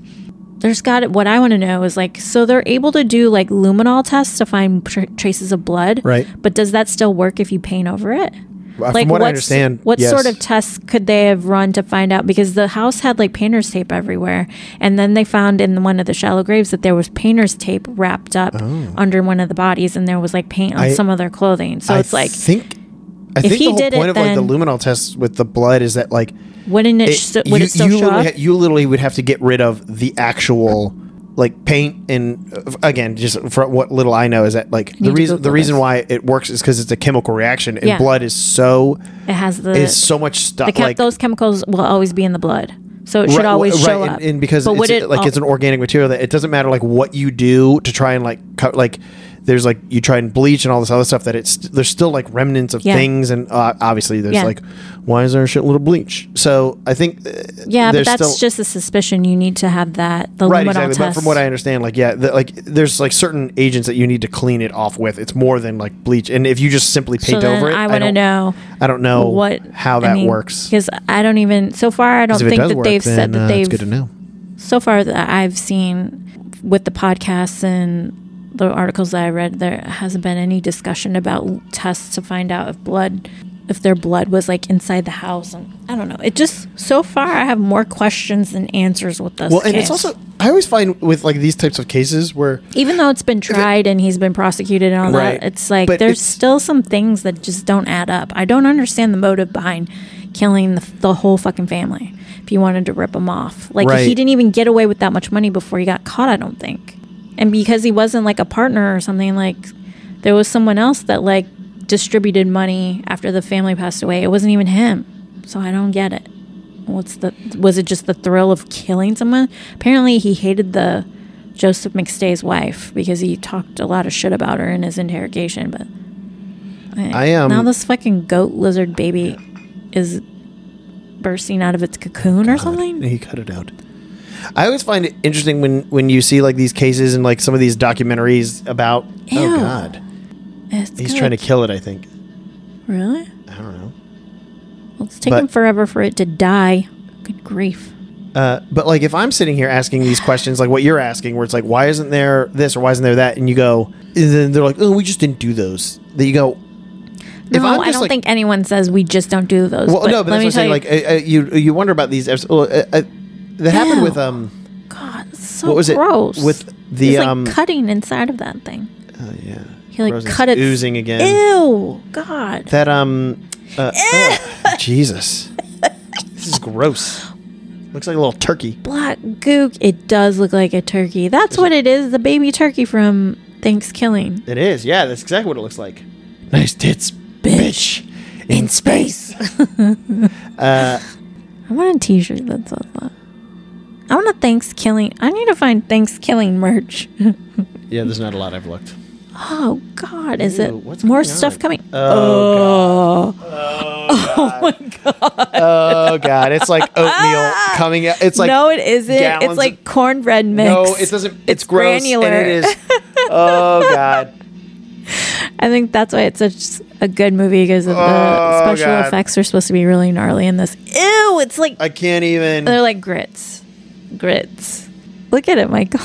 there's got it. What I want to know is like, so they're able to do like luminol tests to find tr- traces of blood, Right. But does that still work if you paint over it? Uh, From what I what's- understand, what yes. sort of tests could they have run to find out? Because the house had like painter's tape everywhere, and then they found in one of the shallow graves that there was painter's tape wrapped up under one of the bodies, and there was like paint on Oh. I- some of their clothing. So I it's like, think. I think he the whole did it, point of like the then- luminol tests with the blood is that like wouldn't it, it- sh- would it still show literally up? ha- you literally would have to get rid of the actual like paint and uh, again just for what little i know is that like the need to reason the Google reason this. why it works is because it's a chemical reaction and Yeah. blood is so it has the is so much stuff the chem- like those chemicals will always be in the blood, so it should right, always right, show and, up. and because But it's would it like al- it's an organic material that it doesn't matter like what you do to try and like cut like there's like you try and bleach and all this other stuff that it's there's still like remnants of Yeah. things and uh, obviously there's Yeah. like why is there a shitload of bleach so i think uh, Yeah, but there's that's still- just a suspicion. You need to have that the right luminol exactly but test. from what i understand like yeah the, like there's like certain agents that you need to clean it off with it's more than like bleach and if you just simply so paint then over it I want to don't- know i don't know what how that works because I don't even so far I don't 'Cause if it think does that work, they've then, said uh, that it's good to they've know so far that I've seen with the podcasts and the articles that I read there hasn't been any discussion about l- tests to find out if blood if their blood was like inside the house and I don't know it just so far I have more questions than answers with this well and it's case. also i always find with like these types of cases where even though it's been tried and he's been prosecuted and all Right. that, it's like But there's it's- still some things that just don't add up. I don't understand the motive behind killing the, the whole fucking family if you wanted to rip them off. Like Right. he didn't even get away with that much money before he got caught, I don't think. And because he wasn't like a partner or something, like there was someone else that like distributed money after the family passed away. It wasn't even him. So I don't get it. What's the was it just the thrill of killing someone? Apparently he hated the Joseph McStay's wife because he talked a lot of shit about her in his interrogation. But I um, am- now this fucking goat lizard baby is bursting out of its cocoon or something. He cut it out. I always find it interesting when when you see like these cases and like some of these documentaries about. Ew. Oh God, It's he's good. trying to kill it. I think. really. I don't know. Well, it's taken But- forever for it to die. Good grief. Uh, but like if I'm sitting here asking these questions, like what you're asking, where it's like, why isn't there this or why isn't there that, and you go, and then they're like, oh, we just didn't do those. That you go. If no, I'm I just, don't like- think anyone says we just don't do those. Well, no, but let that's what I'm saying. me Like uh, uh, you, you wonder about these. episodes. Well, uh, uh, that happened Ew. with um, tell you, God, it's so what was it Oh, gross. with the It's like um, cutting inside of that thing. oh, yeah, He like Rosen's cut it oozing again. Ew, God. That um, uh, ugh, Jesus, this is gross. Looks like a little turkey. Black gook. It does look like a turkey. That's what it is. The baby turkey from Thanksgiving. It is. Yeah, that's exactly what it looks like. Nice tits, Bitch. in space. Uh, I want a T-shirt that says that. I want a Thanksgiving. I need to find Thanksgiving merch. Yeah, there's not a lot I've looked. oh God, is Ew, it what's more going stuff on? Uh, coming? Oh, Oh. Oh god, it's like oatmeal coming out. It's like Ah! no, it isn't. gallons It's of- like cornbread mix. no, it doesn't. It's, gross. granular. And it is. Oh god. I think that's why it's such a good movie because of the Oh, special God. effects are supposed to be really gnarly in this. Ew, it's like I can't even. they're like grits. Grits. Look at it, Michael.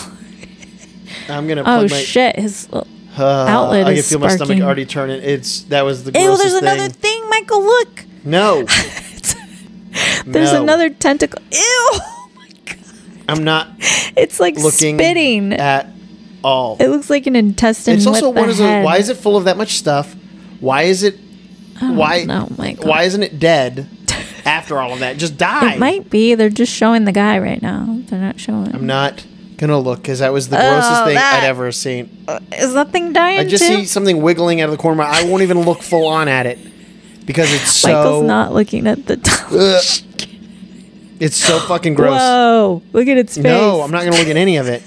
I'm gonna. Oh Plug my, shit, his uh, Uh, outlet I can is feel my stomach sparking. already turning. It's that was the Ew, grossest there's another thing. thing, Michael, look. no, There's No. another tentacle. Ew. Oh my God. I'm not It's like looking spitting. at all. it looks like an intestine. it's also with the what is head. it? Why is it full of that much stuff? Why is it? Why? know, Michael. Why isn't it dead? After all of that, just die. It might be. They're just showing the guy right now. They're not showing. I'm not gonna look because that was the grossest Oh, thing that- I'd ever seen. Is that thing dying I just too? see something wiggling out of the corner. of my eye. I won't even look full on at it because it's so Michael's not looking at the top. Ugh. it's so fucking gross. Whoa! Look at its face. No, I'm not gonna look at any of it.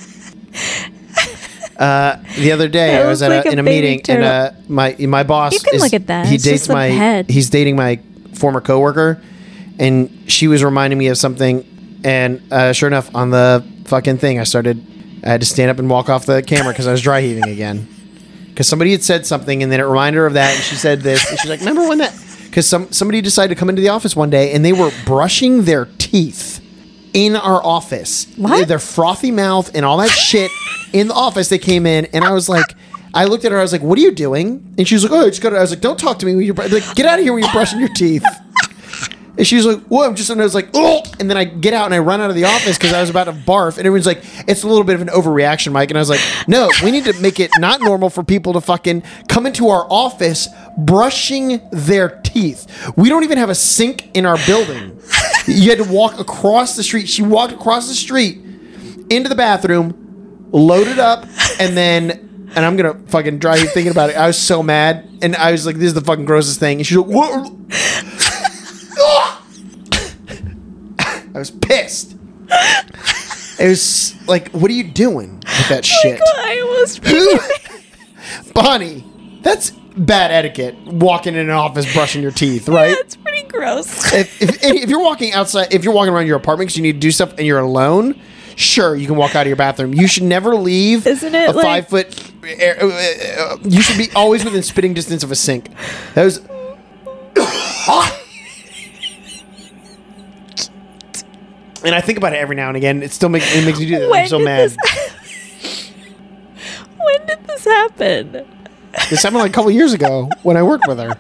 Uh, the other day, That I was at looks like a, a in a baby meeting, turtle. and uh, my my boss. You can is- look at that. He It's dates just the my. head. He's dating my former coworker, and she was reminding me of something. And uh, sure enough, on the fucking thing, I started. I had to stand up and walk off the camera because I was dry heaving again. Because somebody had said something, and then it reminded her of that, and she said this, and she's like, "Remember when that?" Because some somebody decided to come into the office one day, and they were brushing their teeth in our office. What? Their frothy mouth and all that shit in the office. They came in, and I was like, I looked at her. I was like, "What are you doing?" And she was like, "Oh, I just got." to-" I was like, "Don't talk to me when you're br- like, get out of here when you're brushing your teeth." And she was like, "Whoa!" I'm just and I was like, "Oh!" And then I get out and I run out of the office because I was about to barf. And everyone's like, "It's a little bit of an overreaction, Mike." And I was like, "No, we need to make it not normal for people to fucking come into our office brushing their teeth. We don't even have a sink in our building. You had to walk across the street. She walked across the street into the bathroom, loaded up, and then." And I'm gonna fucking dry you thinking about it. I was so mad, and I was like, "This is the fucking grossest thing." And she's like, "What?" I was pissed. it was like, what are you doing with that shit? I almost. Who? Bonnie, that's bad etiquette. Walking in an office, brushing your teeth, right? That's pretty gross. if, if, if you're walking outside, if you're walking around your apartment because you need to do stuff and you're alone, sure, you can walk out of your bathroom. You should never leave. Isn't it a like- five foot? air- uh, uh, uh, You should be always within spitting distance of a sink. That was. And I think about it every now and again. It still makes it makes me do that. I'm so did mad. This, this? when did this happen? happened like a couple years ago when I worked with her.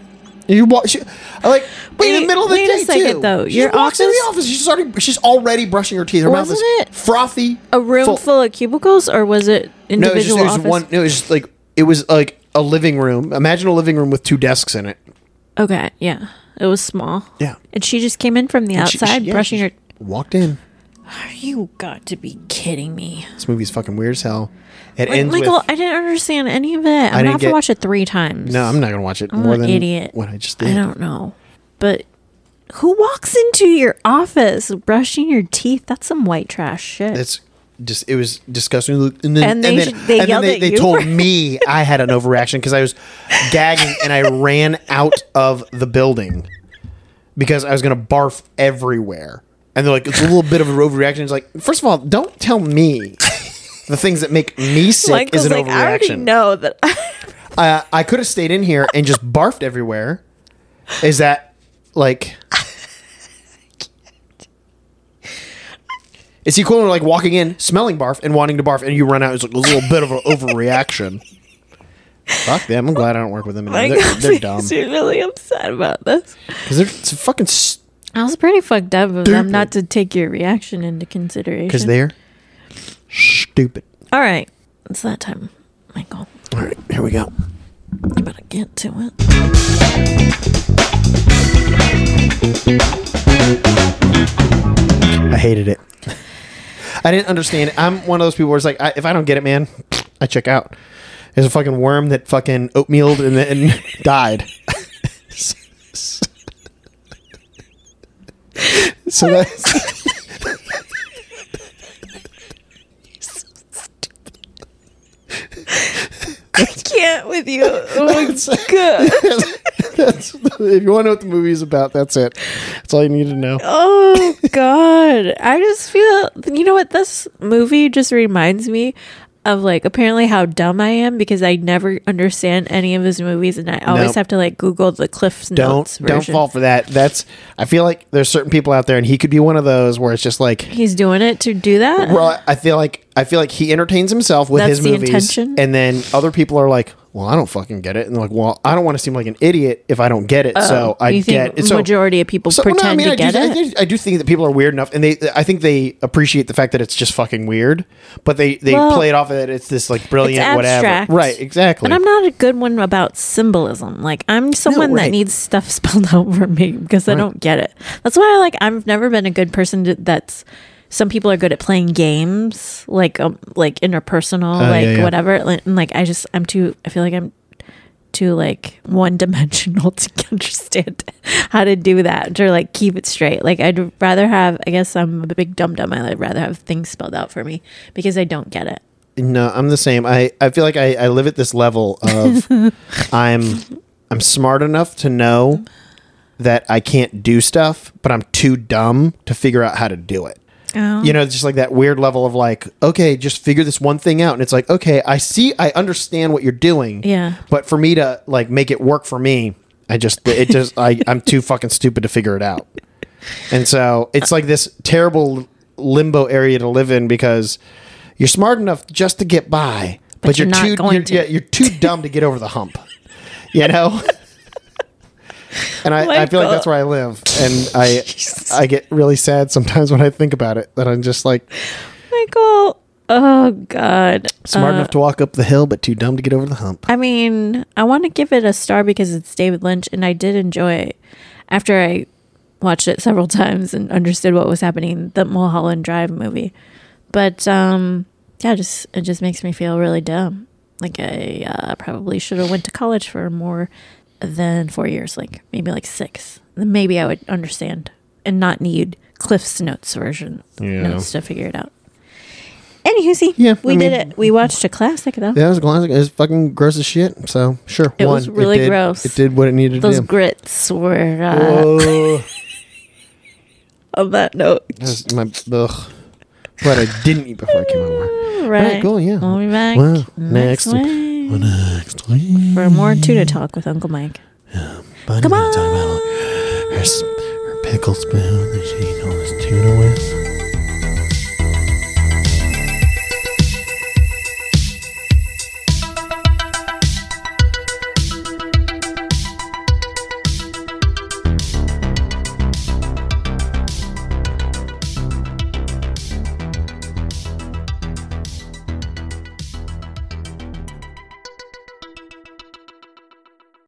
You walk. She, I like in Wait- the middle of the wait a day second, too. though. She Your walks in office- the office. She's already she's already brushing her teeth. Her mouth Wasn't is it frothy. A room full, of cubicles, or was it No, it was individual just it was office? one. It was just like it was like a living room. Imagine a living room with two desks in it. Okay, yeah, it was small. Yeah. and she just came in from the She- she- outside, yeah, brushing she her. Walked in. You got to be kidding me, This movie's fucking weird as hell. It like, ends Michael. with. I didn't understand any of it. I'm gonna didn't have to get- watch it three times. no, I'm not gonna watch it I'm more an than idiot. what I just did. I don't know, but who walks into your office brushing your teeth? That's some white trash shit. It's dis- it was disgusting. And then And they then, sh- they and then yelled they, at they you told for- me I had an overreaction because I was gagging and I ran out of the building because I was gonna barf everywhere. And they're like, it's a little bit of an overreaction. It's like, first of all, don't tell me the things that make me sick Michael's is an like, I already overreaction. know that. uh, I could have stayed in here and just barfed everywhere. Is that like? It's equivalent to like walking in, smelling barf, and wanting to barf, and you run out. It's like a little bit of an overreaction. Fuck them. I'm glad I don't work with them anymore. Michael They're, they're dumb seems really upset about this. because they're it's fucking because I was pretty fucked up of them Stupid. not to take your reaction into consideration. they're stupid. All right, it's that time, Michael. All right, here we go. You better get to it. I hated it. I didn't understand it. I'm one of those people where it's like, I, if I don't get it, man, I check out. There's a fucking worm that fucking oatmealed and then died. so that's. I can't with you. Oh my that's, god. that's- if you want to know what the movie is about, that's it. That's all you need to know. Oh god. I just feel you know what this movie just reminds me of like apparently how dumb I am because I never understand any of his movies and I always Nope. have to like google the Cliff's Don't Notes don't version. fall for that. That's I feel like there's certain people out there, and he could be one of those where it's just like He's doing it to do that? Well, I feel like I feel like he entertains himself with That's his the movies, intention? and then other people are like, "Well, I don't fucking get it," and they're like, "Well, I don't want to seem like an idiot if I don't get it." so I Oh, you get think it. So, majority of people so- well, no, pretend I mean, to I get do, it? I do, I do think that people are weird enough, and they I think they appreciate the fact that it's just fucking weird, but they they Well, play it off that it's this like brilliant abstract. whatever, right? Exactly. And I'm not a good one about symbolism. Like I'm someone that right. needs stuff spelled out for me because I don't get it. That's why like I've never been a good person to, that's some people are good at playing games, like um, like interpersonal, Uh, yeah, like yeah. whatever. And like I just I'm too I feel like I'm too like one dimensional to understand how to do that to like keep it straight. Like I'd rather have I guess I'm a big dum dum. I'd rather have things spelled out for me because I don't get it. No, I'm the same. I, I feel like I, I live at this level of I'm I'm smart enough to know that I can't do stuff, but I'm too dumb to figure out how to do it. You know, just like that weird level of like, okay, just figure this one thing out. And it's like, okay, I see, I understand what you're doing. Yeah. But for me to like make it work for me, I just, it just, I, I'm too fucking stupid to figure it out. And so it's like this terrible limbo area to live in because you're smart enough just to get by, but, you're you're, not too, going you're, to. Yeah, you're too dumb to get over the hump. You know? and I, I feel like that's where I live. And I I get really sad sometimes when I think about it that I'm just like Michael. Oh God. smart Uh, enough to walk up the hill but too dumb to get over the hump. I mean, I want to give it a star because it's David Lynch, and I did enjoy it after I watched it several times and understood what was happening. The Mulholland Drive movie, but um, yeah, just it just makes me feel really dumb. Like I uh, probably should have went to college for more than four years, like maybe like six. Then maybe I would understand and not need Cliff's Notes version Yeah. notes to figure it out. Anywho, see, Yeah, we I did mean- it. We watched a classic though. Yeah, it was classic. It was fucking gross as shit. So sure, It was really did- gross. It did what it needed Those to do. grits were uh, Whoa. on that note. That was my ugh. Glad I didn't eat before I came over. Right. Alright, cool, yeah. We'll be back Well, next, next- week Next week. for more tuna talk with Uncle Mike. Bunny Come gonna talk about on. her, s- her pickle spoon that she eats all this tuna with.